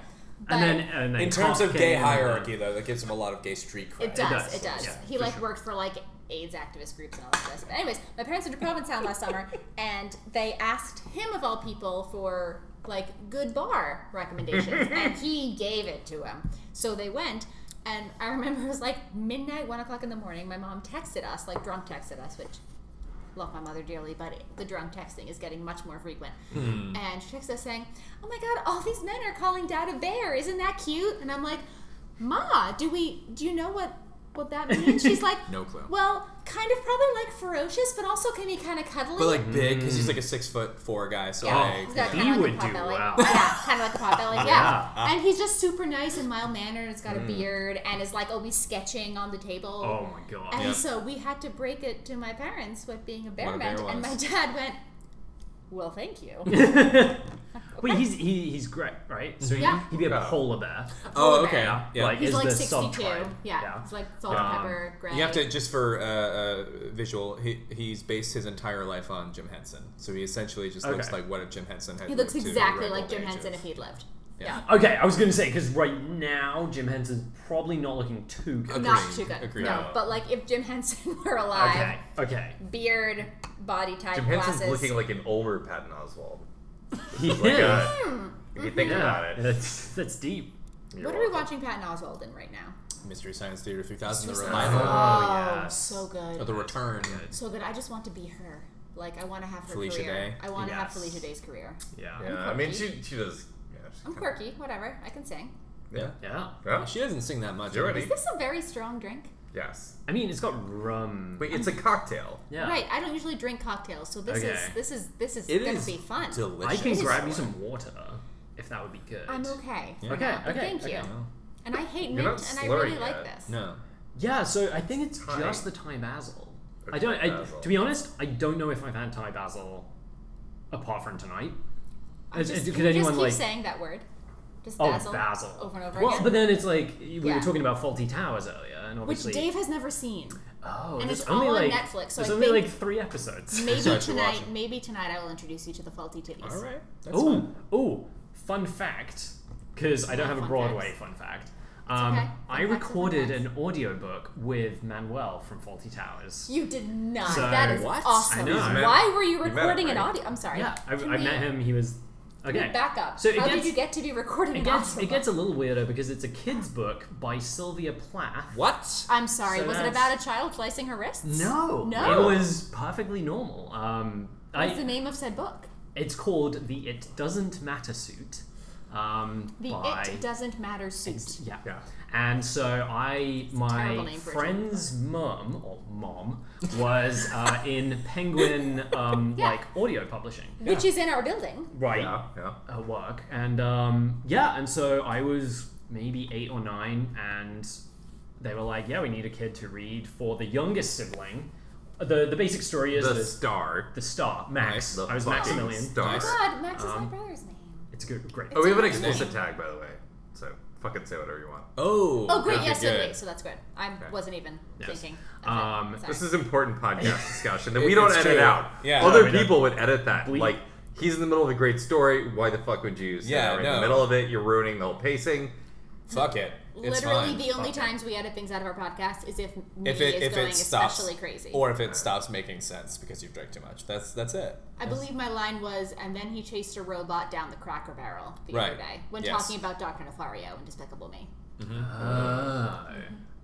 S3: But
S4: and then, and then
S2: in terms
S4: Cop
S2: of gay
S4: came, and
S2: hierarchy, though, that gives him a lot of gay street cred.
S3: it does, it does.
S4: does, yeah,
S3: he
S4: for
S3: like
S4: sure.
S3: worked for like AIDS activist groups and all of this. But anyways, my parents went to Provincetown last summer, and they asked him of all people for like good bar recommendations, and he gave it to him. So they went. And I remember it was like midnight, one o'clock in the morning. My mom texted us, like drunk texted us, which love my mother dearly, but the drunk texting is getting much more frequent.
S2: Hmm.
S3: And she texts us saying, "Oh my God, all these men are calling Dad a bear. Isn't that cute?" And I'm like, "Ma, do we? Do you know what what that means?" She's like,
S2: No clue.
S3: Well, kind of probably like ferocious, but also can be kind of cuddly.
S2: But like Oh, big, because he's like a six foot four guy. So
S3: yeah,
S2: like,
S3: he's got
S4: He
S3: kind of like a
S4: would
S3: pot
S4: do
S3: belly.
S4: well.
S3: Yeah, kind of like a pot belly. Yeah.
S4: Yeah.
S3: and he's just super nice and mild mannered. Has
S2: Hmm.
S3: got a beard and is like always sketching on the table.
S4: Oh my god.
S3: And
S2: Yeah.
S3: so we had to break it to my parents what being a bear
S2: What a bear
S3: meant, and my
S2: was.
S3: dad went, "Well, thank you."
S4: Wait, he's he, he's great, right? So he,
S3: Yeah.
S4: he'd be a
S1: Yeah.
S4: polar bear.
S2: oh,
S3: polar
S2: okay.
S3: bear.
S2: Yeah.
S4: Like,
S3: He's
S4: is
S3: like
S4: the
S3: 62.
S4: sub-tribe.
S3: Yeah.
S4: Yeah.
S3: he's like salt,
S4: Um,
S3: pepper, gray.
S2: you have to just for uh, uh, visual. He, he's based his entire life on Jim Henson, so he essentially just looks
S4: Okay.
S2: like what if Jim Henson had.
S3: He looks
S2: lived to
S3: exactly
S2: ripe
S3: like
S2: old
S3: Jim
S2: age
S3: Henson
S2: of-
S3: if he'd lived. Yeah.
S2: Yeah.
S4: Okay, I was gonna say because right now Jim Henson's probably not looking too good.
S2: Okay.
S3: Not
S2: Agreed.
S3: too good.
S2: Agreed.
S3: No,
S2: Yeah.
S3: but like if Jim Henson were alive,
S4: Okay, okay,
S3: beard, body type,
S1: Jim
S3: glasses.
S1: Henson's looking like an older Patton Oswald.
S4: he
S1: Like,
S4: is.
S1: uh, if you think
S4: yeah,
S1: about it.
S4: that's that's deep.
S1: You're
S3: Hmm. what are we
S1: welcome.
S3: watching Patton Oswald in right now?
S2: Mystery Science Theater 3000, the
S3: Mystery
S2: revival,
S3: oh,
S4: yes.
S3: so
S2: or
S3: good.
S2: the return.
S3: So good. I just want to be her. Like I want to have her
S2: Felicia
S3: career.
S2: Day.
S3: I want to have
S4: Yes.
S3: Felicia Day's career.
S4: Yeah, yeah.
S1: Yeah, I mean, she she does. Yeah, she's
S3: I'm
S1: kinda-
S3: quirky, whatever. I can sing.
S1: Yeah. Yeah.
S2: She doesn't sing that much.
S1: You're
S2: anyway.
S3: Is
S1: ready?
S3: this a very strong drink?
S1: Yes.
S4: I mean, it's got rum.
S1: Wait, it's a cocktail.
S4: yeah.
S3: Right. I don't usually drink cocktails, so this is
S4: Okay.
S3: this is this is
S2: It
S3: gonna
S2: is
S3: be fun.
S4: I
S2: delicious.
S4: can
S3: is
S4: grab you
S2: you
S4: some water if that would be good.
S3: I'm okay.
S2: Yeah.
S4: Okay,
S3: But
S4: okay,
S3: thank
S4: okay.
S3: you. And I hate
S1: You're not
S3: mint, and I really
S1: slurry
S3: like
S1: yet.
S3: this.
S2: No.
S4: Yeah, so I think it's
S1: Thai.
S4: just the Thai basil.
S1: Or
S4: I don't.
S1: Thai
S4: I,
S1: basil.
S4: to be honest, I don't know if I've had Thai basil apart from tonight.
S3: I'm
S4: Is-
S3: just,
S4: could
S3: can you just
S4: anyone,
S3: keep
S4: like-
S3: saying that word? Just
S4: Oh,
S3: basil,
S4: basil.
S3: over and over
S4: well,
S3: again.
S4: but then it's like we
S3: Yeah.
S4: were talking about faulty towers earlier, and
S3: which
S4: obviously,
S3: Dave has never seen.
S4: oh,
S3: and
S4: there's
S3: it's
S4: only
S3: all on
S4: like
S3: Netflix, so
S4: there's
S3: I
S4: only
S3: think-
S4: like three episodes.
S3: Maybe
S2: So I should
S3: tonight,
S2: watch it.
S3: maybe tonight I will introduce you to the faulty titties.
S2: All right. That's
S4: Oh,
S2: fine.
S4: oh, fun fact, because I
S3: Yeah,
S4: don't have a
S3: fun
S4: Broadway
S3: facts.
S4: fun fact. Um,
S3: okay. Fun
S4: I
S3: facts are fun
S4: recorded
S3: facts.
S4: an audiobook with Manuel from Faulty Towers.
S3: You did not.
S4: So-
S3: that is
S2: What?
S3: awesome.
S4: I know. You
S1: met-
S3: Why were you
S1: you met him,
S3: recording an
S1: right?
S3: audio? I'm sorry.
S4: Yeah, I, I
S3: Can we-
S4: met him. He was
S3: can we
S4: okay.
S3: Back up.
S4: So it
S3: How did
S4: gets-
S3: you get to be recording
S4: It
S3: an
S4: gets,
S3: audio?
S4: it gets a little weirder because it's a kid's book by Sylvia Plath.
S2: What?
S3: I'm sorry.
S4: So
S3: was it
S4: that's-
S3: about a child slicing her wrists?
S4: No.
S3: No.
S4: It was perfectly normal. Um,
S3: What's the
S4: I,
S3: name of said book?
S4: it's called The It Doesn't Matter Suit. Um,
S3: The
S4: by,
S3: It Doesn't Matter suit.
S4: Yeah.
S1: Yeah.
S4: And so I,
S3: terrible
S4: my
S3: name for a
S4: friend's mum or mom was uh, in Penguin um,
S3: Yeah.
S4: like audio publishing,
S3: Which is in our building.
S4: right?
S1: Yeah. Yeah.
S4: Her work, and um, yeah, and so I was maybe eight or nine, and they were like, "Yeah, we need a kid to read for the youngest sibling." The the basic story is
S1: The
S4: the,
S1: star.
S4: the star Max.
S2: Nice. The
S4: I was
S1: fucking
S4: Maximilian.
S1: Star.
S2: Nice.
S3: God, Max is my
S4: Um,
S3: brother's name.
S4: It's good, great.
S1: Oh, we have an
S3: It's a good
S1: explicit tag, by the way. So Fucking say whatever you want.
S2: Oh.
S3: Oh, great.
S2: okay,
S3: Yes,
S2: good.
S3: Italy. So that's good. I wasn't even
S4: Yes.
S3: thinking.
S4: Um,
S3: Sorry.
S1: This is important podcast discussion that
S2: It-
S1: we don't
S2: it's
S1: edit
S2: true.
S1: out.
S2: Yeah.
S1: Other
S4: No, we don't.
S1: people would edit that.
S4: Bleep.
S1: Like he's in the middle of a great story. Why the fuck would you? Say
S2: Yeah,
S1: that right in
S2: no.
S1: the middle of it, you're ruining the whole pacing.
S2: Fuck it. It's
S3: Literally,
S2: fine.
S3: the only
S1: Okay.
S3: times we edit things out of our podcast is if me
S2: if it
S3: is
S2: if
S3: going
S2: it stops
S3: especially crazy.
S2: or if it stops making sense because you've drank too much. That's that's it.
S3: I believe my line was, and then he chased a robot down the Cracker Barrel the
S2: Right.
S3: other day when
S2: Yes.
S3: talking about Doctor Nefario and Despicable Me.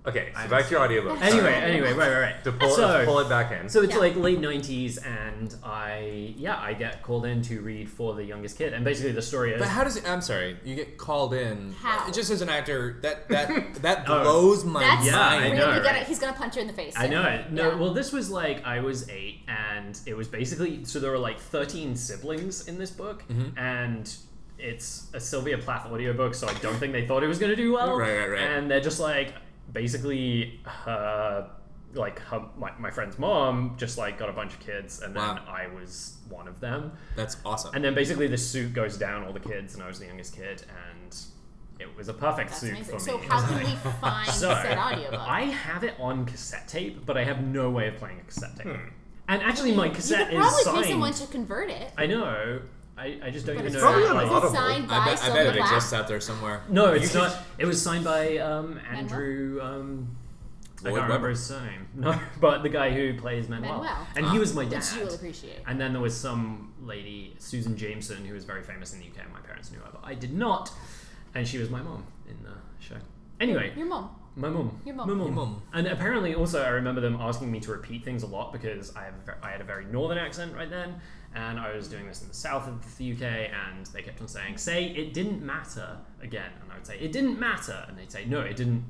S1: Okay, so back to your audiobook.
S4: Anyway,
S1: Oh. Sorry.
S4: anyway, right, right, right.
S1: to pull,
S4: so,
S1: to pull it back in.
S4: So it's
S3: Yeah.
S4: like late '90s, and I, yeah, I get called in to read for the youngest kid, and basically the story is
S2: But how does it, I'm sorry, you get called in
S3: How?
S2: just as an actor that that that
S4: Oh.
S2: blows my
S3: That's
S4: Yeah, I
S2: mind.
S3: really
S4: know,
S3: good.
S4: right?
S3: He's gonna punch you in the face.
S4: I
S3: soon.
S4: know it. No,
S3: Yeah.
S4: well, this was like I was eight, and it was basically so there were like thirteen siblings in this book,
S2: Mm-hmm.
S4: and it's a Sylvia Plath audiobook, so I don't think they thought it was going to do well.
S2: Right, right, right.
S4: And they're just like basically her, like her, my, my friend's mom just like got a bunch of kids, and then
S2: Wow.
S4: I was one of them,
S2: That's awesome.
S4: and then basically the suit goes down all the kids, and I was the youngest kid, and it was a perfect
S3: That's
S4: suit
S3: amazing.
S4: for
S3: So
S4: me. It
S3: how
S4: was
S3: can
S4: like-
S3: we find
S4: So,
S3: said audiobook?
S4: I have it on cassette tape, but I have no way of playing a cassette tape.
S2: Hmm.
S4: And actually, my
S3: you
S4: cassette
S3: could
S4: is
S3: probably
S4: signed.
S3: pay someone to convert it.
S4: I know. I, I just don't
S3: But
S4: even
S3: it's
S4: know.
S1: probably
S4: like-
S1: on
S3: signed, it's signed
S1: Audible.
S2: I bet, I
S3: by
S2: bet
S3: Sylvia
S2: it exists
S3: Plath.
S2: out there somewhere.
S4: no, it's
S2: You
S4: not.
S2: could-
S4: It was signed by um, Andrew. Um, I
S2: Lloyd
S4: can't
S2: Webber.
S4: remember his surname. No, but the guy who plays Manuel,
S3: Manuel.
S4: and he was my dad.
S3: Which you will appreciate.
S4: And then there was some lady, Susan Jameson, who was very famous in the UK. and My parents knew her, but I did not. And she was my mom in the show. Anyway,
S3: Your mom.
S4: My mum.
S3: Your mum.
S4: My
S2: Your mum.
S4: And apparently, also, I remember them asking me to repeat things a lot because I, have a ver- I had a very northern accent right then, and I was doing this in the south of the UK, and they kept on saying, "Say it didn't matter" again, and I would say, "It didn't matter," and they'd say, "No, it didn't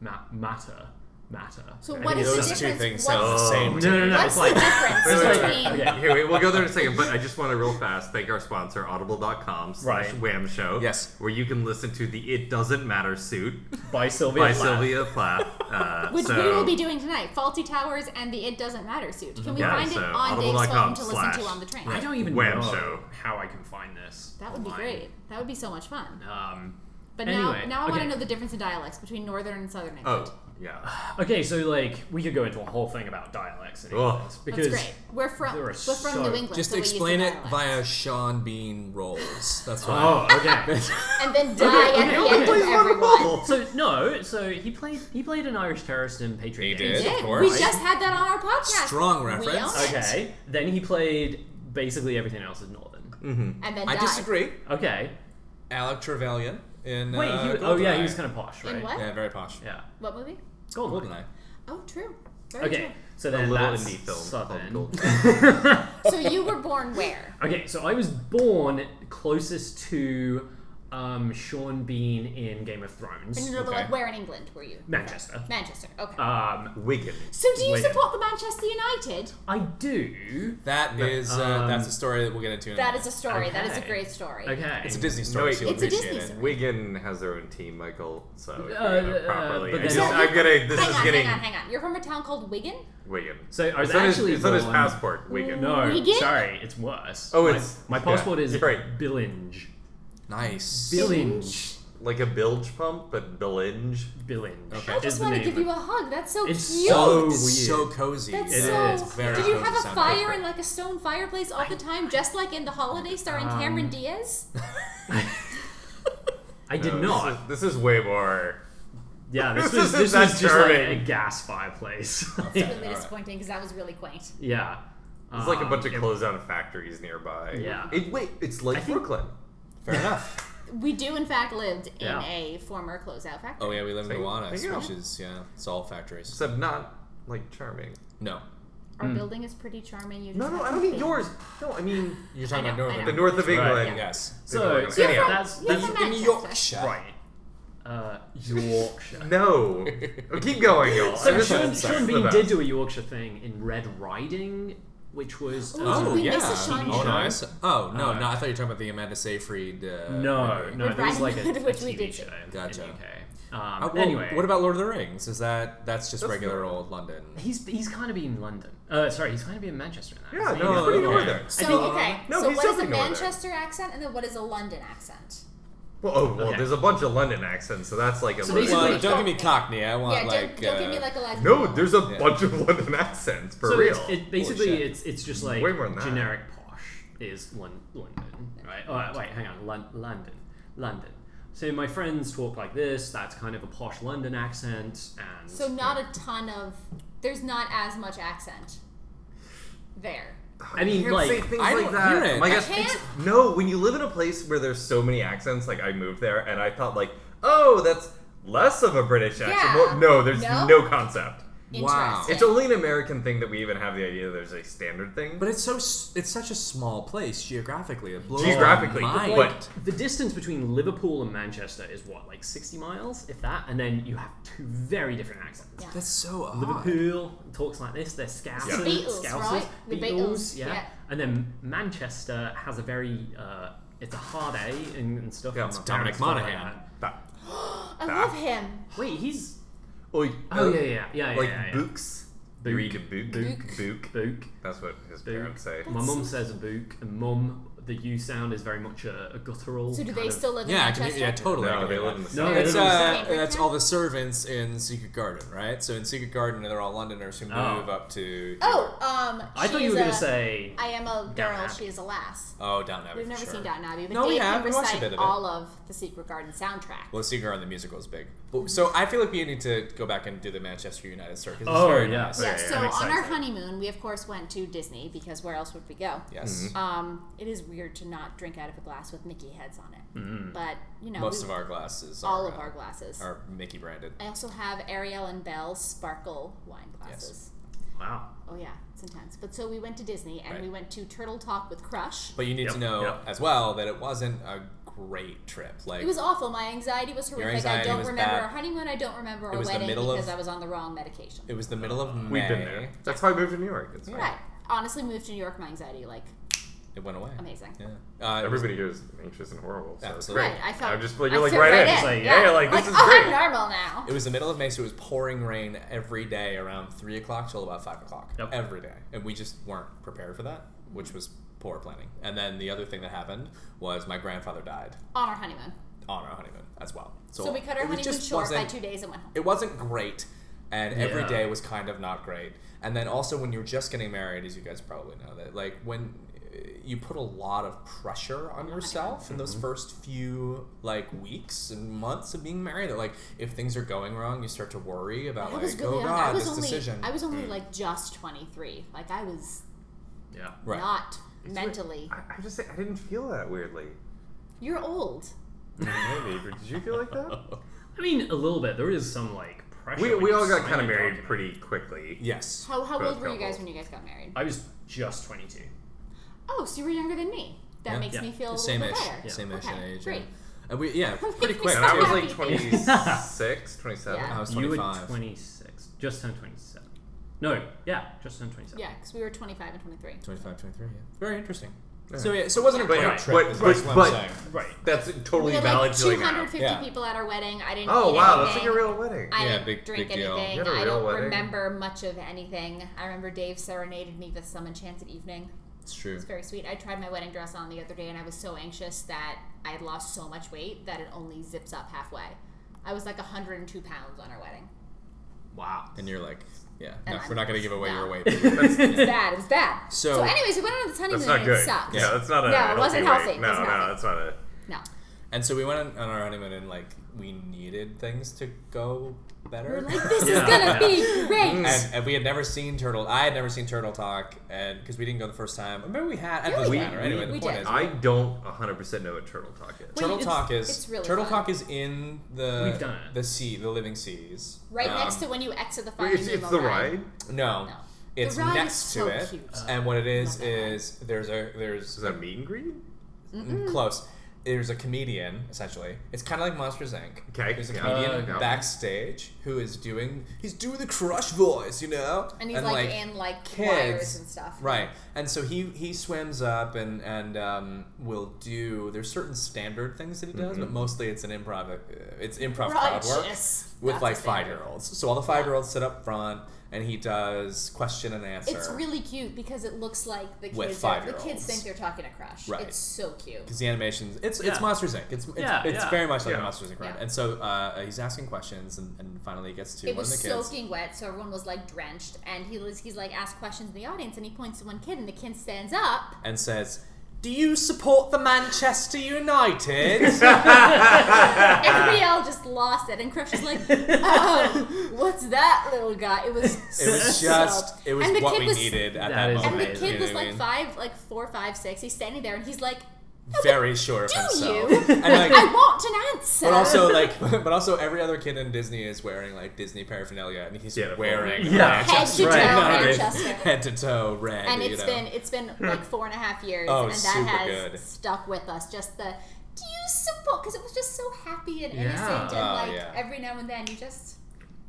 S4: ma- matter, matter."
S3: So
S4: I
S3: what
S4: think
S3: is
S4: it's
S3: the
S2: Those two
S3: difference-
S2: things
S3: what's-
S2: sound the same.
S4: like-
S2: to
S4: Oh. No, no,
S2: me.
S4: no.
S3: What's
S4: It's
S3: the
S4: like
S1: Wait, wait,
S3: difference
S1: wait.
S3: between?
S4: Yeah.
S1: Here, wait, we'll go there in a second, but I just want to real fast thank our sponsor, audible.com slash
S4: Right.
S1: wham show.
S2: Yes.
S1: Where you can listen to the It Doesn't Matter suit
S4: by Sylvia.
S1: by
S4: Plath.
S1: Sylvia Plath. Uh,
S3: Which
S1: so,
S3: we will be doing tonight. Faulty Towers and the It Doesn't Matter suit. Can we
S1: Yeah,
S3: find
S1: so
S3: it on Dave's
S1: audible.com
S3: phone to listen to
S1: slash-
S3: on the train?
S4: I don't even
S1: Wham
S4: know
S1: show.
S4: how I can find this.
S3: That would be
S4: online.
S3: great. That would be so much fun.
S4: Um,
S3: But
S4: Anyway,
S3: now, now I want
S4: okay.
S3: to know the difference in dialects between northern and southern England.
S1: Oh, yeah.
S4: okay, so like we could go into a whole thing about dialects and
S1: Ugh.
S4: English because
S3: That's great. We're from
S4: there are
S3: we're from
S4: so-
S3: New England.
S2: Just
S3: so we use the
S2: explain it
S3: dialects.
S2: via Sean Bean rolls. That's what I-
S4: oh okay.
S3: and then die
S4: okay,
S3: at the
S4: okay.
S3: end
S4: Please
S3: of everyone.
S4: So no, so he played he played an Irish terrorist in Patriot.
S2: He
S4: Act.
S2: did. Yes, of
S3: Yeah, we
S2: course.
S3: just had that on our podcast.
S2: Strong
S3: We own
S2: reference.
S3: it.
S4: Okay. Then he played basically everything else is Northern.
S3: And then
S2: I
S3: die.
S2: disagree.
S4: Okay.
S2: Alec Trevelyan in
S4: Wait.
S2: uh,
S4: he, oh yeah, he
S2: Goldeneye.
S4: was kind of posh,
S3: In
S4: right?
S3: what?
S2: Yeah, very posh.
S4: Yeah.
S3: What movie?
S4: Golden.
S2: Goldeneye.
S3: Oh, true. Very
S4: Okay. So
S1: A
S4: then
S1: little
S4: that's
S1: indie film
S4: Southern.
S1: called
S3: True. So you were born where?
S4: Okay. So I was born closest to um, Sean Bean in Game of
S3: And
S4: Thrones,
S3: you're
S2: Okay.
S3: like, where in England were you?
S4: Manchester.
S3: Manchester. Okay.
S4: Um,
S1: Wigan.
S3: so do you
S4: wait.
S3: support the Manchester United?
S4: I do.
S2: That is uh,
S4: um,
S2: that's a story that we'll get into. in a
S3: That
S2: minute.
S3: is a story. That is a
S4: Okay.
S3: great story.
S4: Okay.
S2: It's a Disney story.
S1: wait,
S2: so you'll
S3: It's a
S2: appreciate
S3: Disney
S2: it.
S3: story.
S1: Wigan has their own team, Michael, so if you're
S4: Uh,
S1: gonna
S4: uh,
S1: properly.
S4: but
S1: I
S4: then-
S1: just, I'm gonna. This
S3: hang
S1: is
S3: on,
S1: getting
S3: hang on, hang on. You're from a town called Wigan?
S1: Wigan.
S4: So I was
S1: it's on his,
S4: actually
S1: it's on his
S4: born-
S1: passport, Wigan.
S4: No,
S3: Wigan?
S4: sorry, it's worse.
S1: Oh,
S4: My-
S1: it's-
S4: my,
S1: yeah,
S4: passport is
S1: you're right.
S4: Billinge.
S2: Nice.
S4: Billinge.
S1: Like a bilge pump, but billinge.
S4: Billinge.
S2: Okay.
S3: I just want to give you a hug. That's so
S4: It's
S3: cute.
S4: so-
S2: it's
S4: weird.
S2: so cozy.
S3: That's
S4: It
S3: so.
S4: is very
S3: Did you
S2: cozy
S3: have a
S2: soundtrack.
S3: fire in like a stone fireplace all the time, just like in The Holiday, starring
S4: Um,
S3: Cameron Diaz?
S4: I did
S1: No,
S4: not.
S1: This is, this is way more.
S4: yeah, this
S1: this
S4: was this
S1: is not
S4: was just like a
S1: charming.
S4: gas fireplace.
S3: It's really
S2: Alright.
S3: disappointing because that was really quaint.
S4: yeah.
S1: It's like a
S4: Um,
S1: bunch of
S4: it-
S1: closed down factories nearby.
S4: Yeah.
S1: It, wait, it's like
S4: I think-
S1: Brooklyn.
S2: Fair enough.
S3: We do, in fact, lived in
S4: Yeah.
S3: a former closeout factory.
S2: Oh yeah, we live in
S1: Thank-
S2: Gowanus,
S1: thank you.
S2: which is yeah, it's all factories.
S1: Except not like charming.
S2: No, Hmm.
S3: Our building is pretty charming. You
S1: No,
S3: just
S1: no,
S3: have
S1: I
S3: to
S1: don't mean
S3: be-
S1: yours. No, I mean
S2: you're talking
S3: I
S2: about
S3: know,
S2: Northern.
S3: I
S1: the north of
S4: Right.
S1: England.
S2: Yes.
S4: So,
S1: Anyhow,
S4: so yeah,
S3: you're from-
S4: that's
S3: you're
S4: that's
S3: from
S2: In New
S3: Manchester.
S2: Yorkshire.
S4: right. Uh, Yorkshire.
S1: No. Oh, keep going, y'all. I'm
S4: so
S1: just-
S4: Sean,
S1: sorry,
S4: Sean
S1: the
S4: Bean
S1: best.
S4: did do a Yorkshire thing in Red Riding, which was
S3: Ooh,
S4: um,
S3: did
S2: Oh
S3: we
S2: yeah.
S3: miss a Sean
S4: TV
S2: oh, no,
S4: show?
S2: I s- oh no,
S4: Uh,
S2: no, I thought you were talking about the Amanda Seyfried. Uh,
S4: No, no,
S3: Red
S4: there was like a,
S3: Riding
S4: a
S3: Hood, which
S4: TV
S3: we did
S4: show
S3: see.
S2: Gotcha.
S4: in the UK. Um,
S2: Uh, well,
S4: anyway,
S2: what about Lord of the Rings? Is that that's just
S1: That's
S2: regular
S1: not-
S2: old London?
S4: he's he's kind of been in London. Uh, sorry, he's kind of been in Manchester now.
S1: Yeah,
S4: isn't he?
S1: no,
S2: he's pretty northern.
S3: So
S4: think-
S3: okay.
S1: No,
S3: so
S1: he's
S3: what is a
S1: definitely northern.
S3: Manchester accent and then what is a London accent?
S1: Well, oh, well,
S4: Okay.
S1: there's a bunch of London accents, so that's like a
S4: So
S1: little-
S4: basically-
S2: Well, don't give me Cockney. I want
S3: yeah,
S2: like.
S3: don't, don't give me
S2: uh,
S3: like a like.
S1: no, there's a
S2: Yeah.
S1: bunch of London accents for
S4: so
S1: real. Mm,
S4: It's, it basically
S2: shit.
S4: it's it's just like
S1: Way more than that.
S4: generic posh is Lon- London, right? Oh wait, hang on, Lon- London, London. So my friends talk like this. That's kind of a posh London accent, and
S3: So not a ton of. There's not as much accent there.
S4: I mean,
S1: You can't
S4: like-
S1: say things
S2: I
S1: like
S2: don't
S1: that.
S2: hear it.
S1: Oh my
S2: I
S1: gosh,
S3: can't-
S1: it's- no. When you live in a place where there's so many accents, like I moved there, and I thought like, oh, that's less of a British accent.
S3: Yeah.
S1: Well, no, there's
S3: No?
S1: no, concept.
S2: Wow.
S3: Interesting.
S1: It's only an American thing that we even have the idea that there's a standard thing.
S2: But it's so s- it's such a small place geographically. It blows
S1: Geographically,
S2: my mind.
S1: but-
S4: the distance between Liverpool and Manchester is what, like sixty miles, if that, and then you have two very different accents.
S3: Yeah.
S2: that's so odd.
S4: Liverpool talks like this. They're Scousers.
S1: The
S3: Beatles,
S4: Scousers,
S3: right? The Beatles,
S4: yeah.
S3: yeah.
S4: And then Manchester has a very, uh, it's a hard A and, and stuff.
S1: Yeah,
S4: and
S1: it's
S4: my
S2: Dominic
S4: parents talk like
S2: Monaghan.
S4: that.
S1: That-
S3: I love him.
S4: Wait, he's
S1: oh,
S4: oh
S1: uh,
S4: yeah yeah yeah yeah
S1: like
S4: yeah, yeah.
S1: books.
S4: Book.
S1: You read a book.
S3: Book.
S1: Book.
S4: Book.
S1: That's what his
S4: Book.
S1: parents say.
S4: My mum says a book, and mum the U sound is very much a, a guttural.
S3: So do
S4: kind
S3: they
S4: of-
S3: still live in
S2: yeah, I can,
S3: Manchester?
S2: yeah, totally. I
S1: No,
S2: can
S1: they
S2: hear
S1: live
S2: that.
S1: in the
S4: No,
S1: south.
S4: they
S2: It's uh,
S4: don't
S3: understand.
S2: that's all the servants in Secret Garden, right? So in Secret Garden, they're all Londoners who move
S4: Oh.
S2: up to.
S3: Oh, um.
S4: I thought you
S3: she's
S4: were gonna
S3: a-
S4: say
S3: I am a
S4: Down
S3: girl.
S4: Abbey.
S3: She is a lass.
S2: oh, down that. way
S3: We've
S2: for
S3: never
S2: sure.
S3: seen Down Abbey, but
S2: No, we
S3: Dave
S2: have.
S3: can
S2: We watched a
S3: recite
S2: bit of it.
S3: all of the Secret Garden soundtrack.
S2: Well, Secret Garden the musical is big. But- So I feel like we need to go back and do the Manchester United circuit. It's
S4: Oh,
S2: very
S4: yeah.
S2: nice.
S3: yeah,
S1: yeah,
S3: so
S1: I'm
S3: on our
S2: excited.
S3: honeymoon, we of course went to Disney because where else would we go?
S2: Yes.
S4: Mm-hmm.
S3: Um, it is weird to not drink out of a glass with Mickey heads on it, but you know,
S2: Mm-hmm. Most of
S3: we-
S2: our glasses.
S3: all
S2: are,
S3: of
S2: uh,
S3: our glasses.
S2: are Mickey branded.
S3: I also have Ariel and Belle sparkle wine glasses.
S4: wow.
S3: Oh yeah, it's intense. But so we went to Disney and
S2: Right.
S3: we went to Turtle Talk with Crush.
S2: But you need
S4: Yep,
S2: to know
S4: yep.
S2: as well that it wasn't a great trip. Like
S3: It was awful. My anxiety was horrific. I
S2: anxiety
S3: don't
S2: was
S3: remember
S2: bad.
S3: our honeymoon. I don't remember our
S2: was the
S3: wedding
S2: middle of-
S3: because I was on the wrong medication.
S2: it was the middle of May.
S1: We've been there. That's how I moved to New York. It's fine.
S3: right. Honestly, moved to New York. My anxiety like
S2: It went away.
S3: amazing.
S2: Yeah. Uh, it was-
S1: Everybody goes anxious and horrible. So it's
S2: Absolutely.
S1: great.
S3: Right. I felt.
S1: I'm just like
S3: I
S1: you're like
S3: fit
S1: right, in. It's like yeah, like
S3: I'm
S1: this is
S3: oh,
S1: great.
S3: I'm normal now.
S2: It was the middle of May, so it was pouring rain every day around three o'clock till about five o'clock
S4: Yep.
S2: every day, and we just weren't prepared for that, which was poor planning. And then the other thing that happened was my grandfather died
S3: on our honeymoon.
S2: on our honeymoon as well. So,
S3: So, we cut our
S2: it was-
S3: honeymoon
S2: just
S3: short by
S2: wasn't-
S3: two days and went home.
S2: It wasn't great, and every
S4: Yeah.
S2: day was kind of not great. And then also when you're just getting married, as you guys probably know, that like when uh, you put a lot of pressure on yourself in those first few like weeks and months of being married. That like if things are going wrong, you start to worry about
S3: I
S2: like
S3: was really
S2: oh
S3: young.
S2: god,
S3: I was
S2: this
S3: only
S2: decision. Mm.
S3: I was only like just 23. Like I was
S4: Yeah.
S2: right.
S3: not
S1: It's weird.
S3: mentally.
S1: I, I'm just saying, I didn't feel that weirdly.
S3: You're old.
S1: Maybe, but did you feel like that?
S4: I mean, a little bit. There is some like pressure.
S1: we
S4: when
S1: we
S4: you
S1: all got
S4: sign
S1: kind
S4: a
S1: of married
S4: document.
S1: pretty quickly.
S2: yes.
S3: How, how
S1: Both
S3: old were you
S1: got
S3: guys
S1: old.
S3: when you guys got married?
S4: I was just twenty two.
S3: Oh, so you were younger than me. That
S2: Yeah.
S3: makes
S4: Yeah.
S3: me feel a little
S2: Same
S3: bit
S2: ish.
S3: better.
S4: Yeah.
S2: Same ish in
S3: Okay,
S2: age.
S3: great.
S2: And we yeah, pretty quick.
S1: And I was
S3: Happy
S1: like 26, 27.
S3: Yeah.
S2: I was
S4: You
S2: twenty
S4: were
S2: five.
S4: twenty six. Just turned twenty seven. No, yeah, just turned twenty seven.
S3: Yeah, because we were 25 and 23.
S2: 25, 23, yeah. Very interesting.
S1: Yeah.
S2: So, yeah, so it wasn't a
S1: But
S2: great
S1: yeah,
S2: trip,
S1: but-
S2: is
S1: but-
S2: basically what I'm
S1: but-
S2: saying.
S4: Right.
S1: That's
S3: We
S1: totally
S3: had
S1: valid
S3: like
S1: to doing now.
S3: 250
S2: Yeah.
S3: people at our wedding. I didn't.
S1: Oh
S3: eat
S1: wow, that's
S3: anything.
S1: like a real wedding.
S3: I
S2: Yeah,
S3: didn't
S2: big-
S3: drink
S2: big deal.
S3: anything.
S1: You had a
S3: I
S1: real
S3: don't
S1: wedding.
S3: remember much of anything. I remember Dave serenaded me with some enchanted evening.
S2: It's true.
S3: It's very sweet. I tried my wedding dress on the other day and I was so anxious that I had lost so much weight that it only zips up halfway. I was like 102 pounds on our wedding.
S4: Wow.
S2: And you're like, yeah,
S3: And
S2: no,
S3: I'm-
S2: we're not going to give away
S3: no.
S2: your weight.
S3: It was bad. It was bad.
S2: So-
S3: anyways, we went on this honeymoon
S1: That's not
S3: and
S1: good.
S3: it sucked.
S1: Yeah, that's not a.
S3: No, it wasn't
S1: weight.
S3: healthy. It
S1: No,
S3: wasn't
S1: no,
S3: healthy.
S1: that's not a.
S3: No.
S2: and so we went on, on our honeymoon and like we needed things to go better.
S3: We're like, this is
S4: Yeah.
S3: gonna be
S4: Yeah.
S3: great.
S2: and, and we had never seen Turtle. I had never seen Turtle Talk, and because we didn't go the first time. Maybe we had. It
S3: Yeah,
S2: doesn't
S3: we
S2: matter.
S1: did.
S2: Anyway,
S3: We
S2: the point
S3: did.
S2: is,
S1: I don't 100% know what turtle talk is.
S4: Wait,
S2: Turtle
S4: it's-
S2: Talk is
S3: it's really
S2: Turtle
S3: fun.
S2: Talk is in the
S4: We've done it.
S2: the sea, the living seas.
S3: right
S2: Um,
S3: next to when you exit the
S1: Wait,
S3: Finding
S1: it's, it's
S3: Nemo
S1: the ride.
S2: No,
S3: No. The
S2: it's
S3: ride is
S2: next
S3: so
S2: to it,
S3: cute.
S2: and what it is
S3: Love that ride.
S2: is there's a there's
S1: Is that meet and greet?
S2: Mm, Close. There's a comedian, essentially. It's kind of like Monsters Inc.
S1: Okay,
S2: There's a
S1: yeah.
S2: comedian
S1: Uh, yeah.
S2: backstage who is doing he's doing the crush voice, you know.
S3: And he's like, in like
S2: kids-
S3: choirs and stuff.
S2: Right, and so he he swims up and and um, will do. There's certain standard things that he does,
S4: Mm-hmm.
S2: but mostly it's an improv. uh, It's improv crowd work
S3: Righteous.
S2: with
S3: That's
S2: like
S3: his name.
S2: five year olds. So all the five year olds sit up front and he does question and answer.
S3: It's really cute because it looks like the
S2: With
S3: kids are, the
S2: five-year-olds.
S3: kids think they're talking to Crush.
S2: Right.
S3: It's so cute.
S2: because the animations it's it's
S4: Yeah.
S2: Monsters Inc. It's it's,
S4: Yeah,
S2: it's
S4: yeah,
S2: very much like a
S4: yeah.
S2: Monsters Inc. ride.
S3: Yeah.
S2: And so uh, he's asking questions, and, and finally he gets to
S3: It
S2: one
S3: was
S2: of the kids.
S3: soaking wet, so everyone was like drenched, and he was, he's like asked questions in the audience, and he points to one kid, and the kid stands up.
S2: and says, "Do you support the Manchester United?"
S3: and we all just lost it, and Crush is like, "Oh, what's that little guy?" It was
S2: It was just it was
S3: And the
S2: what
S3: kid
S2: we
S3: was-
S2: needed at
S4: That
S2: that,
S4: is
S2: moment.
S3: And the
S4: amazing.
S3: kid was
S2: You know what I
S3: like
S2: mean?
S3: five, like four, five, six. He's standing there, and he's like,
S2: very sure of
S3: "Do
S2: himself.
S3: you?"
S2: And
S3: Like,
S2: like
S3: I want an answer.
S2: but also like but also every other kid in Disney is wearing like Disney paraphernalia and he's
S1: Yeah,
S2: wearing uh,
S4: yeah.
S2: a
S3: head to toe
S4: Right.
S2: United
S3: Manchester.
S2: head to toe red.
S3: and
S2: you
S3: it's
S2: know. Hmm.
S3: been it's been like four and a half years,
S2: Oh,
S3: and that
S2: super
S3: has
S2: good.
S3: stuck with us. Just the do you support? Because it was just so happy and
S4: Yeah.
S3: innocent, and
S2: Oh,
S3: like
S2: yeah.
S3: every now and then you just.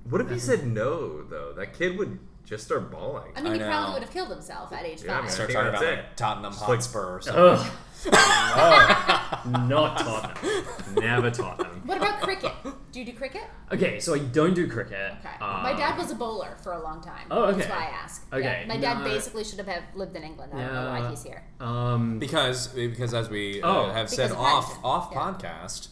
S1: What if he said no though? That kid would just start bawling.
S3: I mean,
S2: I
S3: he
S2: know.
S3: probably would have killed himself at age
S1: Yeah,
S3: five.
S1: man.
S2: Start
S1: I think
S2: talking about
S1: that's
S2: like,
S1: it.
S2: Tottenham
S1: Just like-
S2: Hotspur
S4: oh.
S2: or something.
S4: Ugh. no, not Tottenham. Never Tottenham.
S3: What about cricket? Do you do cricket?
S4: Okay, so I don't do cricket.
S3: Okay.
S4: Um,
S3: my dad was a bowler for a long time.
S4: Oh, okay.
S3: That's why I ask.
S4: Okay,
S3: Yeah, My dad
S4: no.
S3: basically should have have lived in England. I don't know
S4: Yeah.
S3: why he's here.
S4: Um,
S2: Because because as we uh,
S4: Oh.
S2: have
S3: Because
S2: said
S3: of
S2: off
S3: Paddington.
S2: off
S3: Yeah.
S2: podcast,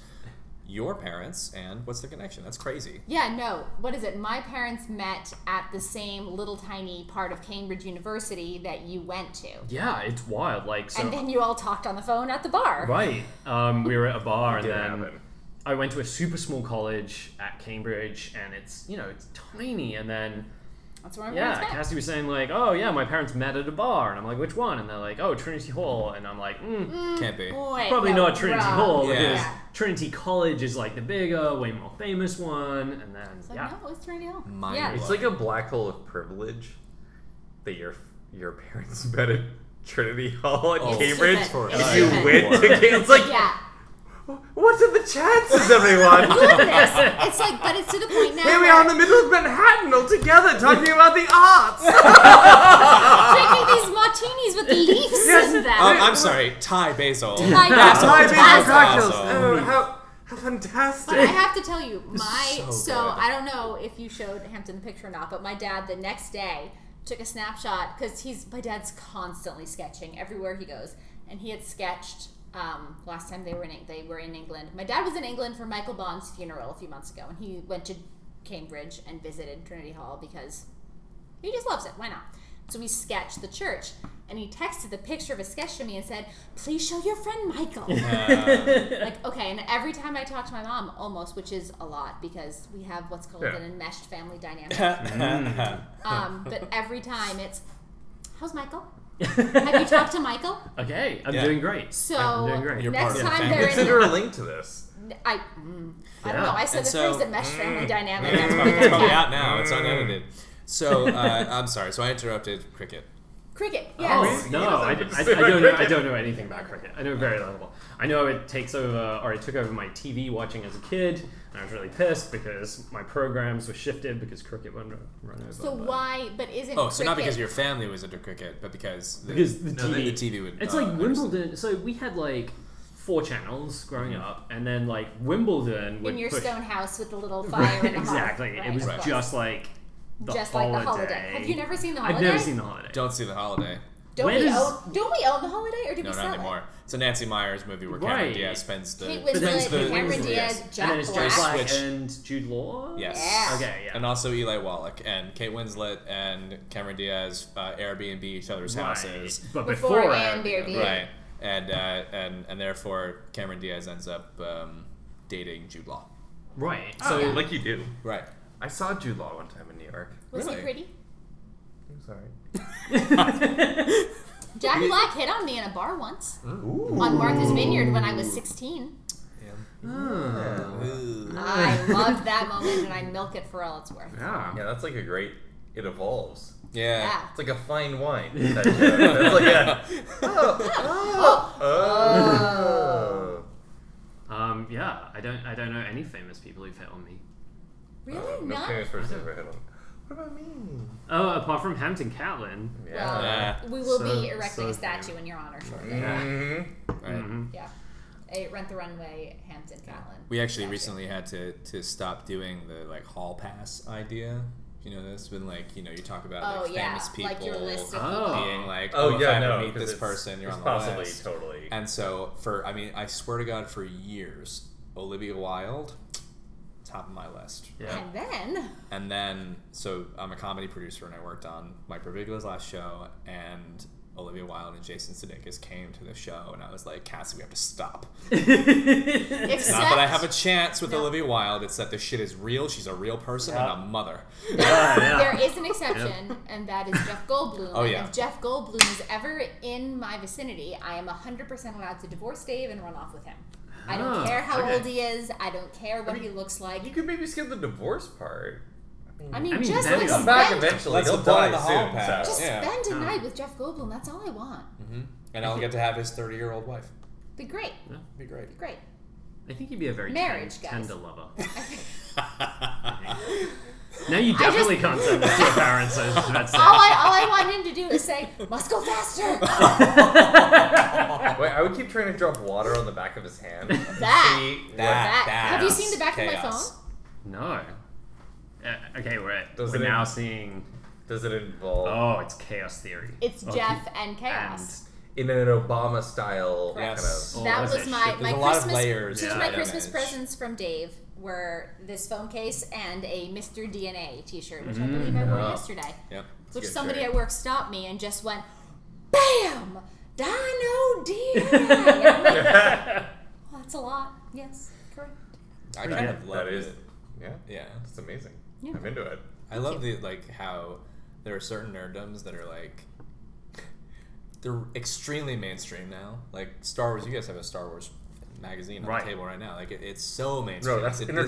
S2: your parents and what's the connection? That's crazy.
S3: Yeah, no. What is it? My parents met at the same little tiny part of Cambridge University that you went to.
S4: yeah, it's wild. Like so,
S3: and then you all talked on the phone at the bar.
S4: right? Um, we were at a bar, and
S1: Did
S4: then
S1: happen.
S4: I went to a super small college at Cambridge, and it's you know it's tiny, and then.
S3: That's where my
S4: Yeah,
S3: parents met.
S4: Cassie was saying like, "Oh yeah, my parents met at a bar," and I'm like, "Which one?" And they're like, "Oh, Trinity Hall," and I'm like, mm,
S2: Can't be.
S3: Wait,
S4: "Probably
S3: no,
S4: not Trinity
S3: wrong.
S4: Hall
S2: Yeah.
S4: because
S3: Yeah.
S4: Trinity College is like the bigger, way more famous one." And then
S3: It's like,
S4: yeah,
S3: no, it was Trinity Hall.
S2: Mind
S3: yeah.
S2: blown.
S1: It's like a black hole of privilege that your your parents met at Trinity Hall in
S2: Oh.
S1: Cambridge.
S3: It's
S2: For
S3: different.
S1: and
S2: us.
S1: you
S3: different.
S1: went to Cambridge. It's like,
S3: Yeah.
S1: what are the chances, everyone?
S3: Goodness. it's like, but it's to the point now.
S1: Here we
S3: where-
S1: are in the middle of Manhattan all together talking about the arts.
S3: drinking these martinis with leaves in them.
S2: Um, I'm sorry, Thai basil.
S3: Thai
S2: That's
S3: basil.
S1: Thai
S2: awesome.
S1: basil
S3: That's
S1: cocktails.
S2: awesome.
S1: Oh, how, how
S3: But I
S1: fantastic.
S3: have to tell you, my
S2: So
S3: so,
S2: good.
S3: I don't know if you showed Hampton the picture or not, but my dad the next day took a snapshot because he's my dad's constantly sketching everywhere he goes, and he had sketched um, last time they were in they were in England. My dad was in England for Michael Bond's funeral a few months ago, and he went to Cambridge and visited Trinity Hall because he just loves it. Why not? So we sketched the church, and he texted the picture of a sketch to me and said, "Please show your friend Michael." like okay and every time i talk to my mom almost which is a lot because we have what's called
S1: Yeah.
S3: an enmeshed family dynamic
S2: Uh,
S3: um, but every time it's how's michael have you talked to michael
S4: okay, I'm
S2: Yeah.
S4: doing great.
S3: so
S4: I'm doing great.
S2: You're part
S3: next
S2: of the
S3: time
S2: family.
S3: they're
S1: Consider
S3: in
S1: a link to this.
S3: I, mm, I don't
S4: Yeah.
S3: know i said
S2: And
S3: the
S2: so- mm.
S3: phrase enmeshed family dynamic
S2: It's
S3: that's
S2: probably, it's probably
S3: yeah.
S2: out now. It's unedited. So uh, I'm sorry. So I interrupted cricket.
S3: cricket
S4: Oh
S3: yes
S1: Yes.
S4: no,
S1: Yes,
S4: I, I, I
S1: I'm
S4: don't know. I don't know anything about cricket. I know very little. I know it takes over, or it took over my TV watching as a kid, and I was really pissed because my programs were shifted because cricket went run over.
S3: so
S4: but-
S3: why but isn't
S2: Oh, so not because
S3: cricket-
S2: your family was into cricket, but because the,
S4: Because the
S2: no,
S4: TV,
S2: the TV would.
S4: It's
S2: uh,
S4: like Wimbledon. So we had like four channels growing
S2: Mm-hmm.
S4: up, and then like Wimbledon would
S3: in your
S4: push.
S3: stone house with the little fire in the hearth,
S4: exactly.
S3: right,
S4: It was
S3: of course.
S4: just like the
S3: Just like
S4: holiday.
S3: the holiday. Have you never seen The
S4: I've never
S3: Holiday?
S4: seen the holiday.
S2: Don't see the holiday.
S3: don't
S4: Where
S3: we,
S4: does-
S3: own, don't we own the holiday or do
S2: No, not
S3: we sell
S2: anymore. It's a Nancy Myers movie where Cameron
S4: Right.
S2: Diaz spends the.
S3: Kate
S4: But then
S3: Winslet,
S4: it's the-
S3: Cameron
S4: Winslet,
S3: Diaz,
S2: yes.
S3: Jack
S4: and then it's
S3: Black.
S4: Jack Black
S2: Switch.
S4: and Jude Law.
S2: Yes.
S3: Yeah.
S4: Okay. Yeah.
S2: And also Eli Wallach and Kate Winslet and Cameron Diaz uh, Airbnb each other's
S4: Right.
S2: houses.
S4: But
S3: Before
S4: before,
S3: and
S4: Airbnb.
S3: Airbnb.
S2: Right. And uh, and and therefore Cameron Diaz ends up um, dating Jude Law.
S4: Right.
S1: Ah, So,
S4: So
S1: like you do.
S2: Right.
S1: I saw Jude Law one time in New York.
S3: Was
S2: Really?
S3: he pretty?
S1: I'm sorry.
S3: Jack Black hit on me in a bar once
S1: Ooh.
S3: on Martha's Vineyard when I was 16.
S1: Ah.
S4: Oh.
S3: I loved that moment and I milk it for all it's worth.
S1: Yeah, that's like a great. It evolves.
S2: Yeah.
S3: Yeah.
S1: It's like a fine wine. That joke. That's like a. Uh,
S3: Oh,
S1: Oh.
S4: Um, yeah, I don't. I don't know any famous people who've hit on me.
S3: really?
S1: No
S3: Not?
S1: famous person ever hit on. What about me?
S4: Oh, apart from Hampton Catlin.
S3: Well,
S2: Yeah.
S3: we will
S4: So-
S3: be erecting
S4: so
S3: a statue
S4: famous.
S3: in your honor shortly.
S1: Mhm.
S2: Right.
S3: Yeah. A Rent the Runway, Hampton Catlin.
S2: We actually
S3: statue.
S2: recently had to, to stop doing the like hall pass idea. You know, that's been like you know you talk about
S3: Oh
S2: like,
S3: yeah,
S2: famous people
S3: like your list of
S4: Oh.
S2: being like,
S1: Oh,
S2: if
S1: yeah,
S2: I ever
S1: no,
S2: meet
S1: 'cause
S2: this
S1: it's-
S2: person, you're
S1: it's
S2: on the
S1: possibly
S2: list.
S1: totally.
S2: And so for I mean, I swear to God, for years, Olivia Wilde, top of my list.
S1: Oh.
S4: Yeah.
S3: And then
S2: And then so I'm a comedy producer and I worked on Mike Birbigla's last show and Olivia Wilde and Jason Sudeikis came to the show and I was like, Cassie, we have to stop.
S4: Mm-hmm.
S3: except
S2: Not that I have a chance with
S3: No.
S2: Olivia Wilde, it's that this shit is real, she's a real person
S4: Yeah.
S2: and a mother.
S3: there is an exception, and that is Jeff Goldblum.
S2: Oh,
S3: And
S2: yeah.
S3: If Jeff Goldblum is ever in my vicinity, I am 100% allowed to divorce Dave and run off with him. I don't
S4: Ah,
S3: care how
S4: okay.
S3: old he is. I don't care what he looks like.
S1: You could maybe skip the divorce part.
S3: I mean,
S4: I mean,
S3: just
S4: then
S3: like
S4: he'll
S1: Come
S3: spend,
S1: back eventually.
S2: Let's
S1: He'll
S2: go down
S1: die
S2: the hall
S1: soon.
S2: path.
S1: so-
S3: just
S2: Yeah.
S3: spend a
S4: Yeah.
S3: night with Jeff Goldblum. That's all I want.
S2: And I'll get to have his 30 year old wife.
S3: Be great.
S2: It'd be great.
S3: Be great.
S4: I think you'd be a very
S3: Marriage,
S4: ten-
S3: guys.
S4: tender lover.
S3: Ah.
S4: Now you definitely
S3: just-
S4: can't send this to your parents. I was just about to say.
S3: All I, all I want him to do is say, "Must go faster." oh.
S1: Wait, I would keep trying to drop water on the back of his hand.
S3: That-
S1: See what-
S3: that- have you seen the back of my
S2: chaos.
S3: phone?
S4: No. Uh, okay, we're at,
S1: Does
S4: we're
S1: it-
S4: now seeing.
S1: does it involve
S4: Oh, it's chaos theory.
S3: It's
S4: Oh,
S3: Jeff
S4: he-
S3: and chaos.
S1: in an Obama style
S3: Correct.
S2: Yes.
S1: kind
S4: Oh,
S3: that
S4: that's
S3: was
S4: it.
S3: my
S4: Shit,
S3: my
S2: there's a lot of
S3: Christmas.
S2: layers
S3: two
S4: to
S3: of my
S4: that
S3: Christmas
S2: image.
S3: presents from Dave were this phone case and a Mr. DNA T-shirt, which
S2: Mm-hmm,
S3: I believe I wore
S1: yeah.
S3: yesterday.
S2: Yep.
S3: Which
S1: good
S3: somebody
S1: shirt.
S3: at work stopped me and just went, "Bam, Dino DNA." And I'm like, "Well, that's a lot. Yes, correct.
S2: I kind
S4: good.
S2: of
S1: of.
S2: love
S1: that is,
S2: it.
S1: yeah,
S2: Yeah.
S1: it's amazing.
S3: Yeah.
S1: I'm into it.
S2: I love the like how there are certain nerddoms that are like they're extremely mainstream now. Like Star Wars, you guys have a Star Wars magazine on
S4: Right.
S2: the table right now. Like it, it's so mainstream.
S1: No, that's
S2: it's a Disney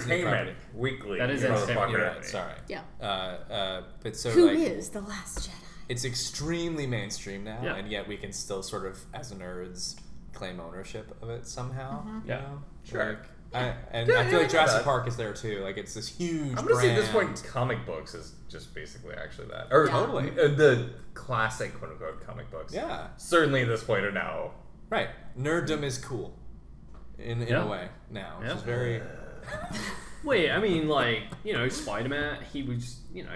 S2: property.
S1: entertainment weekly.
S4: That is
S1: you
S4: entertainment.
S1: motherfucker.
S2: You're right. Sorry.
S3: Yeah.
S2: Uh, uh, but so
S3: Who is
S2: like
S3: the last Jedi?
S2: it's extremely mainstream now,
S4: Yeah.
S2: and yet we can still sort of, as nerds, claim ownership of it somehow. you
S4: Yeah.
S2: know?
S1: Sure.
S2: Like, I, and
S1: Yeah,
S2: I feel
S1: yeah, I
S2: like
S1: get
S2: Jurassic
S1: that.
S2: Park is there too. Like it's this huge.
S1: I'm gonna say at this point,
S2: brand.
S1: comic books is just basically actually that, or
S3: Yeah.
S2: Totally.
S1: uh, the classic quote unquote comic books.
S2: Yeah.
S1: certainly at this point are now.
S2: Right. Nerddom is cool. In, in
S4: Mm-hmm. Yeah.
S2: a way now. Which
S4: Yeah.
S2: is very
S4: Wait, I mean, like you know, Spider Man. He was, you know,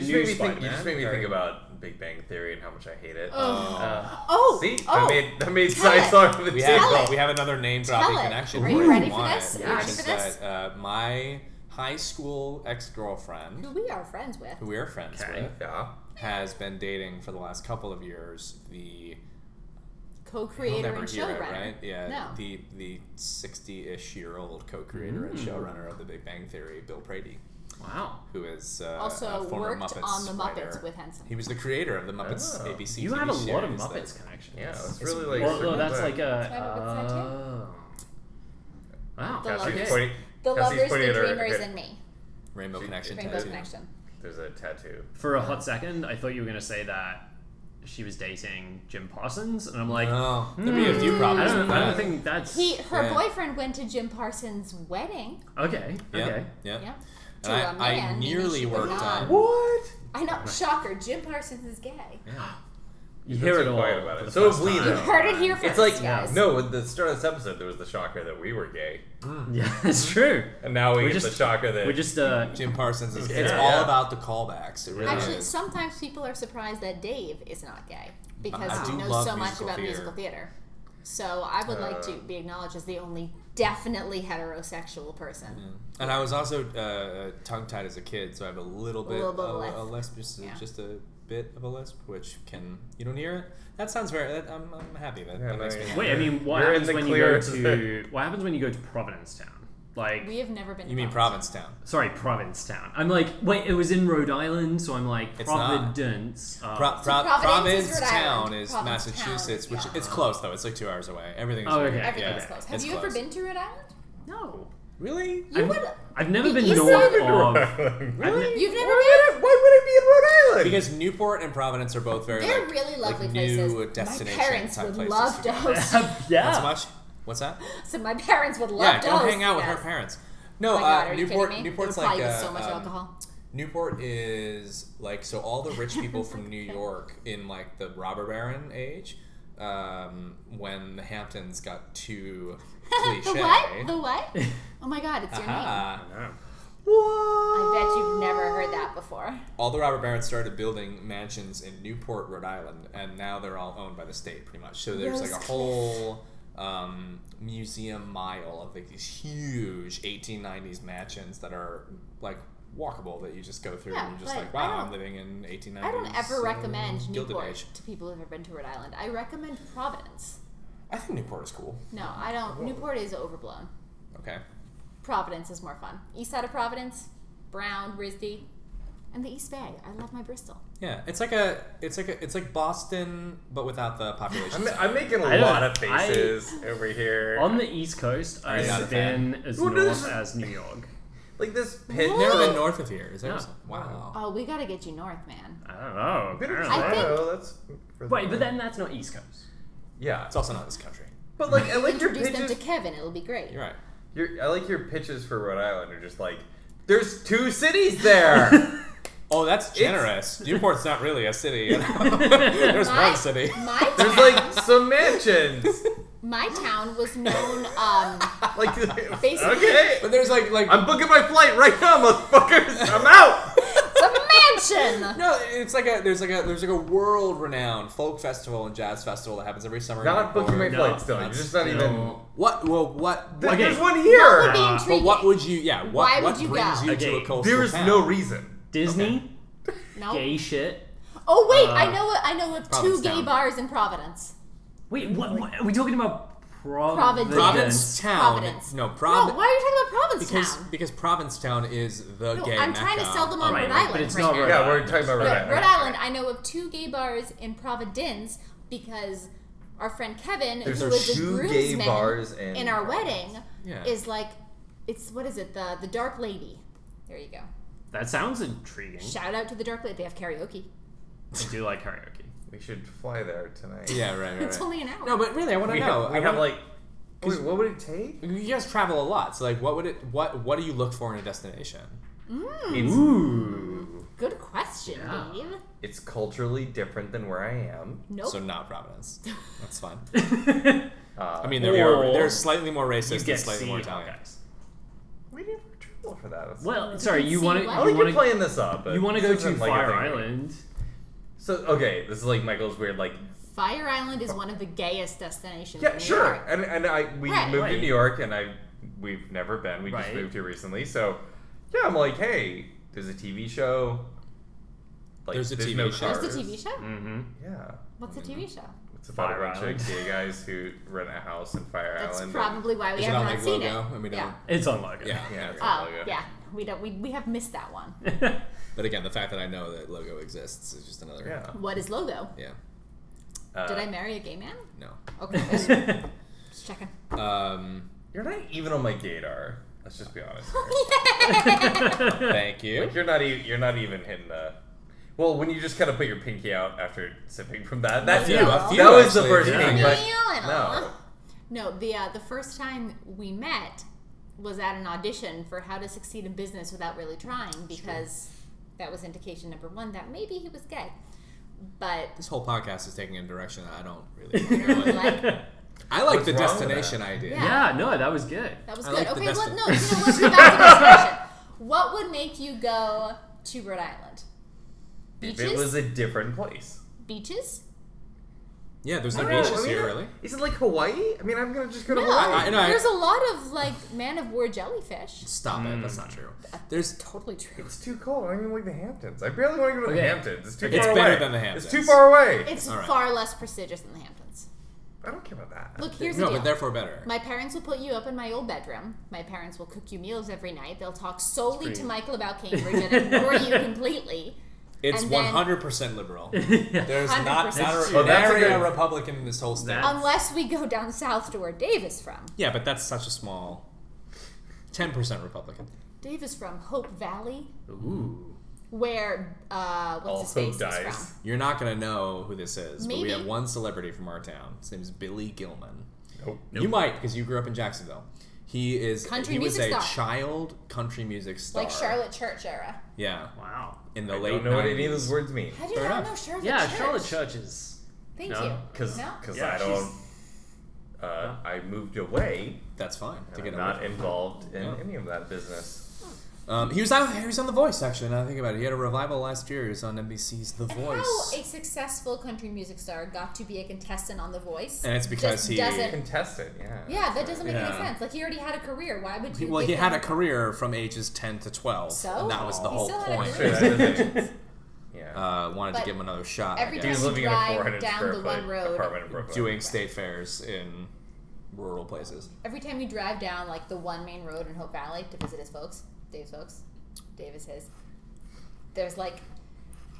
S1: You just,
S4: new
S1: made me
S4: Spider
S1: think,
S4: Man.
S1: you just made me think about Big Bang Theory and how much I hate it.
S2: um,
S3: Oh,
S4: Uh,
S3: oh,
S1: See,
S3: oh.
S1: that made that made
S3: tell
S1: side
S3: it.
S1: song with the
S2: we
S1: table.
S2: have
S3: Tell it.
S2: we have another name dropping
S3: Tell it.
S2: connection.
S3: Are
S2: for
S3: you
S2: if
S3: ready for
S2: want
S3: this?
S2: It,
S3: Are you
S2: which
S3: ready
S2: is
S3: for this?
S2: that uh, my high school ex girlfriend,
S3: Who we are friends with.
S2: who we are friends
S4: Okay.
S2: with,
S1: Yeah.
S2: has been dating for the last couple of years the You'll
S3: co-creator
S2: never
S3: and
S2: hear
S3: showrunner.
S2: it, right? Yeah,
S3: No.
S2: the the sixty-ish year old co-creator
S4: Mm.
S2: and showrunner of The Big Bang Theory, Bill Prady,
S4: wow.
S2: who is uh,
S3: Also
S2: a former
S3: worked
S2: Muppets
S3: on The Muppets
S2: writer.
S3: with Henson.
S2: He was the creator of the Muppets
S1: Oh.
S2: ABC.
S4: You
S2: TV
S4: have a lot of
S2: series that-
S4: Muppets connections.
S1: Yeah, it's,
S2: It's
S1: really like.
S4: Well, no,
S1: circled
S4: that's
S1: back.
S4: like a.
S3: That's why
S4: Uh, wow.
S3: The
S1: Cassie's
S3: lovers.
S1: pointing-
S3: The
S1: Cassie's
S3: lovers,
S1: pointing
S3: the
S1: at her-
S3: dreamers,
S1: okay,
S3: and me.
S2: Rainbow Connection
S3: Rainbow
S2: tattoo.
S3: Connection.
S1: There's a tattoo.
S4: For a hot second, I thought you were gonna say that she was dating Jim Parsons, and I'm like,
S2: Oh, there'd be a few
S4: Hmm. I
S2: problems with
S4: don't,
S2: that.
S4: I don't think that's
S3: He, her
S2: Yeah.
S3: boyfriend went to Jim Parsons' wedding.
S4: okay.
S2: Yeah,
S4: Okay.
S2: yeah. Uh,
S3: Yeah.
S2: And
S3: To a
S2: I, I
S3: man, meaning she
S2: nearly
S3: would
S2: worked
S3: not.
S2: on.
S1: What?
S3: I know, shocker. Jim Parsons is gay.
S4: You hear
S1: That's
S4: it all.
S1: quiet about
S4: for
S1: it.
S4: the
S1: So have
S4: first
S1: we,
S4: time.
S1: though.
S3: You heard it here first,
S1: It's like
S3: guys.
S1: no. At the start of this episode, there was the shocker that we were gay,
S4: Yeah, it's true.
S1: and now we
S4: We're
S1: get the
S4: just-
S1: shocker that
S4: We're just uh,
S2: Jim Parsons is.
S1: Yeah.
S2: It's all
S1: Yeah.
S2: about the callbacks. It really
S3: Actually,
S2: is.
S3: sometimes people are surprised that Dave is not gay because
S2: I
S3: he
S2: do
S3: knows
S2: love
S3: so much
S2: musical
S3: about
S2: theater. Uh,
S3: musical theater. So I would like to be acknowledged as the only definitely heterosexual person.
S2: And I was also uh, tongue tied as a kid, so I have a little bit
S3: little bit
S2: of
S3: lisp.
S2: a lisp, just,
S3: Yeah.
S2: just a bit of a lisp, which can you don't hear it. That sounds very. That, I'm, I'm happy that
S1: Yeah,
S2: that makes
S1: no,
S2: me.
S1: yeah.
S2: Happy.
S4: Wait, I mean, what
S1: You're in
S4: happens
S1: the
S4: when
S1: clear.
S4: you go to what happens when you go to Providence Town? Like,
S3: We have never been. to
S2: You mean Provincetown?
S4: sorry, Provincetown. I'm like, wait, it was in Rhode Island, so I'm like,
S2: It's not.
S4: Providence. uh,
S2: Pro- Pro-
S3: Providence is Rhode
S2: Provincetown
S3: Island.
S2: is
S3: Provincetown,
S2: Massachusetts, which
S3: yeah.
S2: it's close though. It's like two hours away. Everything is.
S4: Oh,
S2: away.
S4: okay.
S3: Everything's
S2: Yeah,
S3: close. Have
S2: it's
S3: you ever
S2: close.
S3: been to Rhode Island?
S4: no,
S2: Really?
S3: You
S4: I've,
S3: would.
S4: I've never been
S3: You've
S4: north
S3: never been to
S4: of.
S1: Really?
S4: I've ne-
S3: You've never
S1: Why
S3: been.
S1: would I be in Rhode Island?
S2: Because Newport and Providence are both very
S3: They're
S2: like,
S3: really
S2: like,
S3: lovely
S2: new
S3: places.
S2: destination
S3: My parents
S2: type
S3: would
S2: places.
S3: love to host.
S4: yeah.
S2: That's much. What's that?
S3: So my parents would love
S2: yeah,
S3: to
S2: go
S3: host
S2: hang out with her
S3: us.
S2: parents. No,
S3: Oh my God,
S2: uh,
S3: are you
S2: Newport.
S3: kidding me?
S2: Newport's
S3: They would
S2: like
S3: probably
S2: uh,
S3: be so much
S2: um,
S3: alcohol.
S2: Newport is like so all the rich people from New York in like the robber baron age, um, when the Hamptons got too
S3: the
S2: cliche. Uh-huh.
S3: what? The what? Oh my god, it's your name.
S2: Aha.
S4: No.
S3: I bet you've never heard that before.
S2: All the robber barons started building mansions in Newport, Rhode Island, and now they're all owned by the state, pretty much. So there's like a
S3: Rosecliff.
S2: whole um, museum mile of like these huge 1890s mansions that are like walkable that you just go through
S3: Yeah,
S2: and you're just
S3: like,
S2: like,
S3: I
S2: wow, I'm
S3: don't-
S2: living in 1890s.
S3: I don't ever
S2: uh,
S3: recommend
S2: Gilded
S3: Newport
S2: Age.
S3: to people who've ever been to Rhode Island. I recommend Providence.
S2: I think Newport is cool.
S3: No, I don't. Newport is overblown.
S2: Okay.
S3: Providence is more fun. East side of Providence, Brown, RISD, and the East Bay. I love my Bristol.
S2: Yeah, it's like a, it's like a, it's like Boston, but without the population.
S1: I'm, I'm making a
S4: I don't-
S1: lot of
S4: I-
S1: faces over here.
S4: On the East Coast,
S2: I'm not a
S4: I've
S2: fan.
S4: been as
S1: Well, no,
S4: north
S1: this-
S4: as New York.
S1: like this pit.
S3: What?
S2: Never been north of here. Is that
S4: oh! No.
S2: wow?
S3: Oh, we gotta get you north, man.
S4: I don't know. Oh, apparently.
S3: I think-
S1: that's for the-
S4: Wait, but then that's not East Coast.
S1: yeah.
S2: It's also not this country.
S1: But like, I like your
S3: Introduce them to
S1: pitches.
S3: Kevin. It'll be great.
S2: You're right.
S1: Your, I like your pitches for Rhode Island. Are just like, there's two cities there.
S2: Oh, that's generous. Newport's not really a city. you know? There's
S3: My-
S2: one city.
S3: My
S1: there's
S3: town,
S1: like some mansions.
S3: my town was known. Um,
S1: Like,
S3: Basically-
S1: okay.
S2: But there's like like
S1: I'm booking my flight right now, motherfuckers. I'm out.
S3: it's a mansion.
S2: no, it's like a there's like a there's like a world renowned folk festival and jazz festival that happens every summer. in
S1: Not booking my
S2: Newport.
S4: No,
S1: flight still. You're
S2: that's
S1: just not even.
S4: still-
S2: What? Well, what?
S1: Th-
S4: Okay.
S1: There's one here.
S3: Would be
S4: Uh,
S2: But
S3: intriguing.
S2: what would you? Yeah. What?
S3: Why would
S2: what
S3: you
S2: brings
S3: go?
S2: you to
S4: Okay.
S2: a coastal
S1: There is
S2: town?
S1: no reason.
S4: Disney,
S3: No.
S4: gay shit.
S3: Oh wait, I
S4: Uh,
S3: know. a- I know of two
S2: Providence
S3: gay
S2: town.
S3: bars in Providence.
S4: Wait, what, what- are we talking about
S3: Providence.
S4: Providence?
S2: Providence town.
S3: Providence.
S2: No,
S3: No,
S2: Providence.
S3: why are you talking about Providence
S2: because
S3: town?
S2: because Provincetown is the
S3: No,
S2: gay.
S3: I'm trying to
S2: Mecca
S3: sell them on
S2: of-
S4: Right,
S3: Rhode
S4: but
S3: Island
S4: it's
S3: right
S4: not
S3: now.
S4: Rhode
S1: Yeah, we're
S4: Island.
S1: talking about Rhode
S3: No,
S1: Island.
S3: Rhode Island. I know of two gay bars in Providence because our friend Kevin,
S1: There's
S3: who
S1: our
S3: was a
S1: shoe gay
S3: groomsman
S1: bars in
S3: our
S1: Providence.
S3: wedding,
S2: Yeah.
S3: is like, it's what is it? The the Dark Lady. There you go.
S4: That sounds intriguing.
S3: Shout out to the Dark Lady. They have karaoke.
S4: I do like karaoke.
S1: We should fly there tonight.
S2: Yeah, right, right.
S3: It's
S2: right.
S3: only an hour.
S2: No, but really, I want to
S1: We,
S2: know.
S1: have,
S2: I
S1: we have
S2: wanna-
S1: like. Wait, what would it take?
S2: you guys travel a lot, so like, what would it? What What do you look for in a destination?
S4: Ooh.
S3: Good question,
S4: Yeah.
S3: Dave.
S1: It's culturally different than where I am.
S3: Nope.
S2: So not Providence. That's fine.
S1: Uh,
S2: I mean, there are
S4: Or-
S2: they're slightly more
S4: You
S2: racist
S4: get
S2: and
S4: to
S2: slightly
S4: see
S2: more
S4: how
S2: Italian.
S4: guys.
S1: we didn't travel for that. That's-
S4: Well, sorry, you
S3: see
S4: want to
S3: what?
S1: I like
S4: you
S1: you're
S4: want to
S1: playing this up. but
S4: you want to
S1: this
S4: go to
S1: isn't, like, a
S4: Fire
S1: thing.
S4: Island.
S1: So okay, this is like Michael's weird. Like,
S3: Fire Island is one of the gayest destinations. in
S1: yeah,
S3: New
S1: sure.
S3: York.
S1: And and I we
S3: Right.
S1: moved to
S4: Right.
S1: New York, and I we've never been. We just
S4: Right.
S1: moved here recently, so yeah, I'm like, hey, there's a TV show. Like,
S2: There's a TV
S1: no
S2: show.
S3: There's
S1: cars.
S3: the TV show.
S4: Mm-hmm.
S1: Yeah,
S3: What's the TV show?
S1: it's about
S4: Fire
S1: a bunch
S4: Island.
S1: of gay guys who rent a house in Fire
S3: That's
S1: Island. and-
S3: probably why we
S2: Is it
S3: have
S2: on
S3: not
S2: like
S3: Oh, seen
S2: logo?
S3: it.
S2: I mean,
S3: yeah.
S4: It's on Logo.
S2: Yeah,
S1: yeah, it's
S3: Oh,
S1: logo.
S3: yeah. We don't. We, we have missed that one.
S2: But again, the fact that I know that logo exists is just another.
S1: yeah.
S3: What is logo?
S2: Yeah.
S1: Oh. Uh,
S3: Did I marry a gay man?
S2: No.
S3: Okay, just checking.
S2: Um.
S1: You're not even on my gaydar. Let's just be honest. here.
S2: Thank you.
S1: Like you're not even you're not even hitting the. Well, when you just kind of put your pinky out after sipping from that, that's
S3: few,
S1: you.
S3: a
S2: few,
S1: that was the
S2: actually,
S1: first
S2: yeah.
S1: thing. But
S3: No.
S1: no,
S3: No, the uh, the first time we met was at an audition for how to succeed in business without really trying because that was indication number one that maybe he was gay. But
S2: This whole podcast is taking a direction that I don't really.
S3: I
S2: Like.
S3: like,
S2: I like
S1: What's
S2: the
S1: wrong with
S2: destination idea.
S3: Yeah.
S4: yeah, no, that was good.
S3: that was
S2: I
S3: good.
S2: like the
S3: okay, well,
S2: best-
S3: no, you know what? Go back to this question. What would make you go to Rhode Island?
S1: if it was
S3: Beaches?
S1: a different place.
S3: Beaches?
S2: Yeah, there's no
S1: I don't know,
S2: beaches
S1: I mean,
S2: here, really.
S1: Is it like Hawaii? I mean, I'm gonna just go to
S3: No,
S1: Hawaii.
S2: I know, I-
S3: there's a lot of like man of war jellyfish.
S2: Stop it. That's not true.
S3: Hmm.
S2: There's
S3: Totally true.
S1: It's too cold. I don't even like the Hamptons. I barely want to go to
S4: Okay.
S1: the Hamptons. It's too
S2: It's
S1: far
S2: better
S1: away.
S2: than the Hamptons.
S1: It's too far away.
S3: It's
S2: All right.
S3: far less prestigious than the Hamptons.
S1: I don't care about that.
S3: Look, here's
S2: no,
S3: the
S2: but
S3: deal.
S2: therefore better.
S3: my parents will put you up in my old bedroom. My parents will cook you meals every night. They'll talk solely
S4: pretty-
S3: to Michael about Cambridge and ignore you completely.
S2: It's
S3: And
S2: one
S3: then-
S2: hundred percent liberal.
S4: yeah.
S2: There's not, not a,
S4: 100%.
S1: Oh, that's a
S2: very
S1: good-
S2: Republican in this whole state.
S4: That-
S3: Unless we go down south to where Dave is from.
S2: Yeah, but that's such a small. Ten percent Republican.
S3: Dave is from Hope Valley,
S4: Ooh.
S3: where uh, what's
S1: Also
S3: his face
S1: dies.
S3: is from.
S2: You're not gonna know who this is, but we
S3: Maybe.
S2: have one celebrity from our town. His name's Billy Gilman.
S1: Nope.
S2: You might because you grew up in Jacksonville. He is
S3: Country
S2: he was
S3: music
S2: a
S3: star.
S2: child country music star.
S3: Like Charlotte Church era.
S2: Yeah,
S4: Wow.
S2: in the
S1: I
S2: late.
S1: don't know what any
S2: 90s.
S1: of those words mean.
S3: How do you
S2: Fair
S3: not
S2: enough.
S3: know Charlotte
S4: Yeah,
S3: Church?
S4: Charlotte Church is.
S3: Thank
S4: No,
S3: you.
S1: Because
S3: no?
S4: Yeah,
S1: I don't.
S4: she's-
S1: Uh, I moved away
S2: That's fine. To
S1: and
S2: get
S1: I'm
S2: away
S1: not
S2: from it.
S1: involved in
S2: Yeah.
S1: any of that business.
S2: Um, he was on he was on The Voice actually. Now that I think about it, he had a revival last year. He was on NBC's The
S3: And
S2: Voice.
S3: how a successful country music star got to be a contestant on The Voice.
S2: And it's because
S3: just
S2: he-
S3: doesn't.
S1: Contestant, yeah.
S3: Yeah, that doesn't make any
S2: Yeah.
S3: sense. Like he already had a career. Why would
S2: He-
S3: you?
S2: well,
S3: give
S2: he had a
S3: him-
S2: career from ages ten to twelve,
S3: So?
S2: and that was the
S3: He
S2: whole
S3: still had a
S2: point.
S1: Sure,
S3: career.
S1: that doesn't- yeah.
S2: Uh, wanted
S3: But
S2: to give him another shot.
S3: every
S2: I
S1: He
S2: guess.
S1: was
S3: just
S1: living in a
S3: drive
S1: 400
S3: down
S1: square
S3: the
S1: foot
S3: one road.
S1: apartment in Brooklyn.
S2: doing state fairs in rural places.
S3: Every time you drive down like the one main road in Hope Valley to visit his folks, Dave's folks, Dave is his. There's like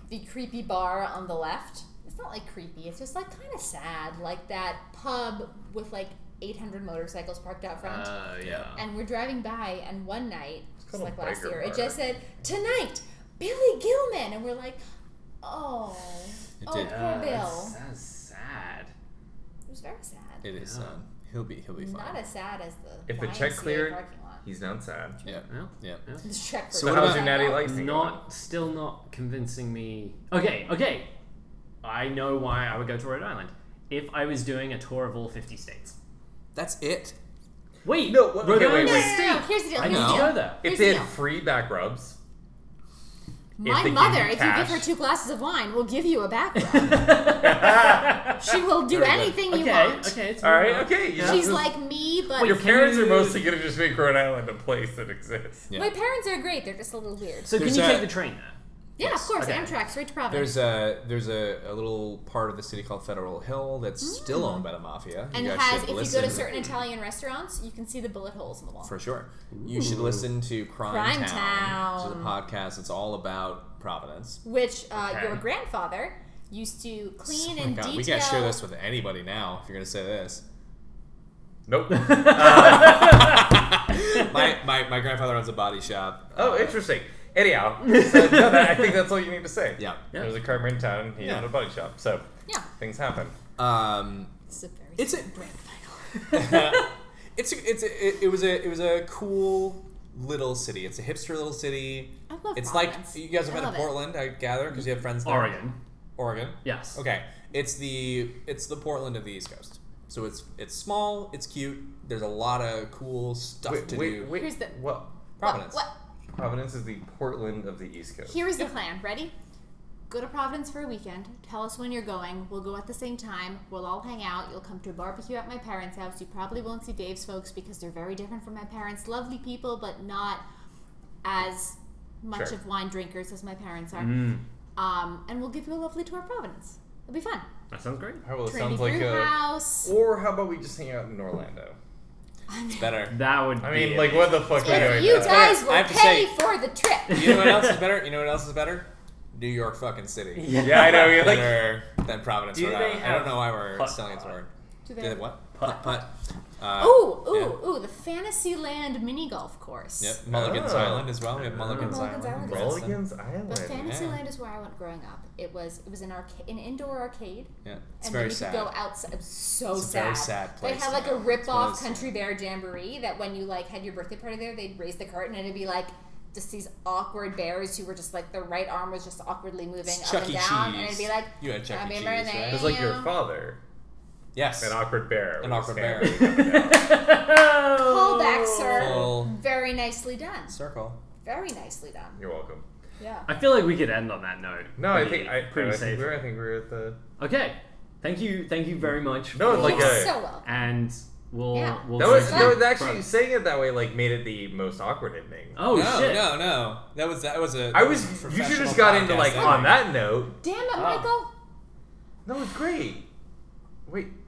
S3: the creepy bar on the left. It's not like creepy. It's just like kind of sad. Like that pub with like 800 motorcycles parked out front.
S4: Uh, yeah.
S3: and we're driving by, and one night, just
S1: called
S3: like
S1: a
S3: last
S1: biker
S3: year, it
S1: bar.
S3: just said tonight, Billy Gilman, and we're like, oh,
S2: It
S3: oh,
S2: did.
S3: poor Bill.
S4: That's, that's sad.
S3: It was very sad.
S2: It is.
S4: Yeah.
S2: Um, he'll be. He'll be fine.
S3: Not as sad as the
S1: If the
S3: YMCA
S1: check cleared,
S3: parking lot.
S1: He's not sad.
S2: yeah.
S4: Well,
S2: Yeah.
S3: The check
S2: So
S3: for-
S1: So
S2: what
S1: how's
S2: about-
S1: your natty lights?
S4: Not, still not convincing me. Okay, okay. I know why I would go to Rhode Island. If I was doing a tour of all 50 states.
S2: That's it.
S4: Wait,
S1: No, what-
S4: Rhode
S1: okay, wait,
S4: Island's
S1: wait.
S4: a
S3: No, no, no,
S4: state.
S3: here's the deal,
S4: I
S3: here's
S4: need
S2: the
S4: to
S2: deal.
S4: go there.
S1: If
S3: Here's
S1: they
S3: the
S1: had
S3: deal.
S1: free back rubs,
S3: My
S1: they give
S3: mother,
S1: you
S3: if you give her
S1: cash-
S3: two glasses of wine, will give you a background. she will do
S2: Very good.
S3: anything you
S4: okay,
S3: want.
S4: okay, it's
S1: all right,
S4: moving on.
S1: okay. you
S3: She's
S1: just-
S3: like me, but
S1: your parents are
S4: you-
S1: mostly gonna just make Rhode Island a place that exists.
S2: Yeah.
S3: my parents are great. They're just a little weird.
S4: So can
S2: There's
S4: you
S2: a-
S4: take the train there?
S3: yeah, of course.
S4: Okay.
S3: Amtrak straight to Providence.
S2: There's a there's a, a little part of the city called Federal Hill that's still owned by the mafia.
S3: Mm. and
S2: you guys
S3: has,
S2: should
S3: if you
S2: listen
S3: go to certain Italian restaurants, you can see the bullet holes in the wall.
S2: for sure. You should listen to Crime,
S3: Crime
S2: Town,
S3: Town.
S2: which is a podcast that's all about Providence.
S3: which uh,
S1: Okay.
S3: your grandfather used to clean
S2: Oh my
S3: and
S2: God,
S3: detail.
S2: we can't share this with anybody now. If you're gonna say this,
S1: Nope. Uh,
S2: my, my my grandfather owns a body shop.
S1: oh,
S2: Uh,
S1: interesting. Anyhow, so, no, that, I think that's all you need to say.
S2: yeah.
S4: Yeah.
S1: There's a car in town. He
S2: Yeah.
S1: owned a body shop, so
S3: Yeah,
S1: things happen.
S2: Um,
S3: it's a very
S2: It's a-
S3: sad grandfather.
S2: Uh, it's a, it's a, it, it was a it was a cool little city. It's a hipster little city.
S3: I love
S2: It's
S3: Providence.
S2: like you guys have
S3: I
S2: been to
S3: love it.
S2: Portland, I gather, because you have friends there.
S4: Oregon.
S2: Oregon.
S4: Yes.
S2: Okay. It's the it's the Portland of the East Coast. So it's it's small, it's cute. There's a lot of cool stuff
S1: Wait,
S2: to
S1: wait,
S2: do.
S1: wait.
S3: Here's the-
S1: Well,
S2: Providence.
S3: What,
S1: Providence is the Portland of the East
S3: what-
S1: Coast.
S3: Here is the plan. Ready? Go to Providence for a weekend. Tell us when you're going. We'll go at the same time. We'll all hang out. You'll come to a barbecue at my parents' house. You probably won't see Dave's folks because they're very different from my parents. Lovely people, but not as much
S1: Sure.
S3: of wine drinkers as my parents are.
S4: Mm,
S3: Um, and we'll give you a lovely tour of Providence. It'll be fun.
S4: that sounds great.
S1: Oh, well, it
S3: Trinity
S1: sounds like
S3: Brew
S1: a.
S3: House.
S1: Or how about we just hang out in Orlando?
S2: Better.
S4: That would
S1: I
S4: be
S1: mean,
S4: it.
S1: like, what the fuck are
S3: If
S1: doing?
S3: you
S1: now?
S3: guys
S2: I
S3: will
S2: have to
S3: pay
S2: say-
S3: for the trip.
S2: You know what else is better? You know what else is better? New York fucking city.
S1: yeah, I know. You're like,
S2: Better than Providence,
S4: Do
S2: Rhode
S4: they
S2: Island. I don't
S4: have
S2: know why we're
S4: putt
S2: selling its
S4: putt?
S2: word.
S3: Do
S2: Did
S3: they-
S2: it what?
S4: Putt.
S2: putt. Uh,
S3: Ooh, ooh,
S2: yeah.
S3: ooh, the Fantasyland mini golf course.
S2: Yep. Mulligan's
S1: Oh.
S2: Island as well. We have
S4: Oh.
S2: Mulligan's,
S3: Mulligan's
S2: Island.
S3: Island.
S1: Rolligans
S3: But
S1: Island.
S3: Fantasyland is where I went growing up. It was it was an arcade, an indoor arcade,
S2: Yeah. It's
S3: and
S2: very
S3: then you
S2: sad.
S3: could go outside. It was so
S2: It's a
S3: sad.
S2: very sad place
S3: They had like
S2: now.
S3: a rip
S2: It's
S3: off
S2: one of those-
S3: country bear jamboree that when you like had your birthday party there, they'd raise the curtain and it'd be like just these awkward bears who were just like their right arm was just awkwardly moving
S2: It's
S3: up
S2: Chuck
S3: and
S2: E.
S3: down, and
S2: Cheese.
S3: it'd be like
S2: You had Chuck E.
S3: Happy
S2: Cheese,
S3: birthday.
S2: right?
S1: It's like your father,
S2: Yes.
S1: an awkward bear.
S2: An
S1: with
S2: awkward
S1: his hand.
S3: call
S4: Call
S3: back, sir.
S2: Full
S3: Very nicely done.
S2: circle.
S3: Very nicely done.
S1: You're welcome.
S3: Yeah.
S4: I feel like we could end on that note.
S1: No, I
S4: Pretty-
S1: think I,
S4: pretty
S1: no, I
S4: safe.
S1: think we're I think we're at the
S4: Okay. Thank you. Thank you very much.
S1: No,
S4: for-
S1: like,
S3: You're
S1: uh,
S3: so welcome.
S4: and we'll
S3: Yeah.
S4: we'll
S1: that was
S4: take
S1: that
S4: it
S1: was actually
S4: from-
S1: saying it that way like made it the most awkward ending.
S4: Oh
S2: no,
S4: shit.
S2: no, no. That was that was a.
S1: I
S2: that
S1: was
S2: a
S1: you should
S2: professional
S1: just got into
S2: podcast
S1: like
S2: ending.
S1: on that note.
S3: Damn it,
S4: Oh.
S3: Michael.
S1: No, it's great. Wait,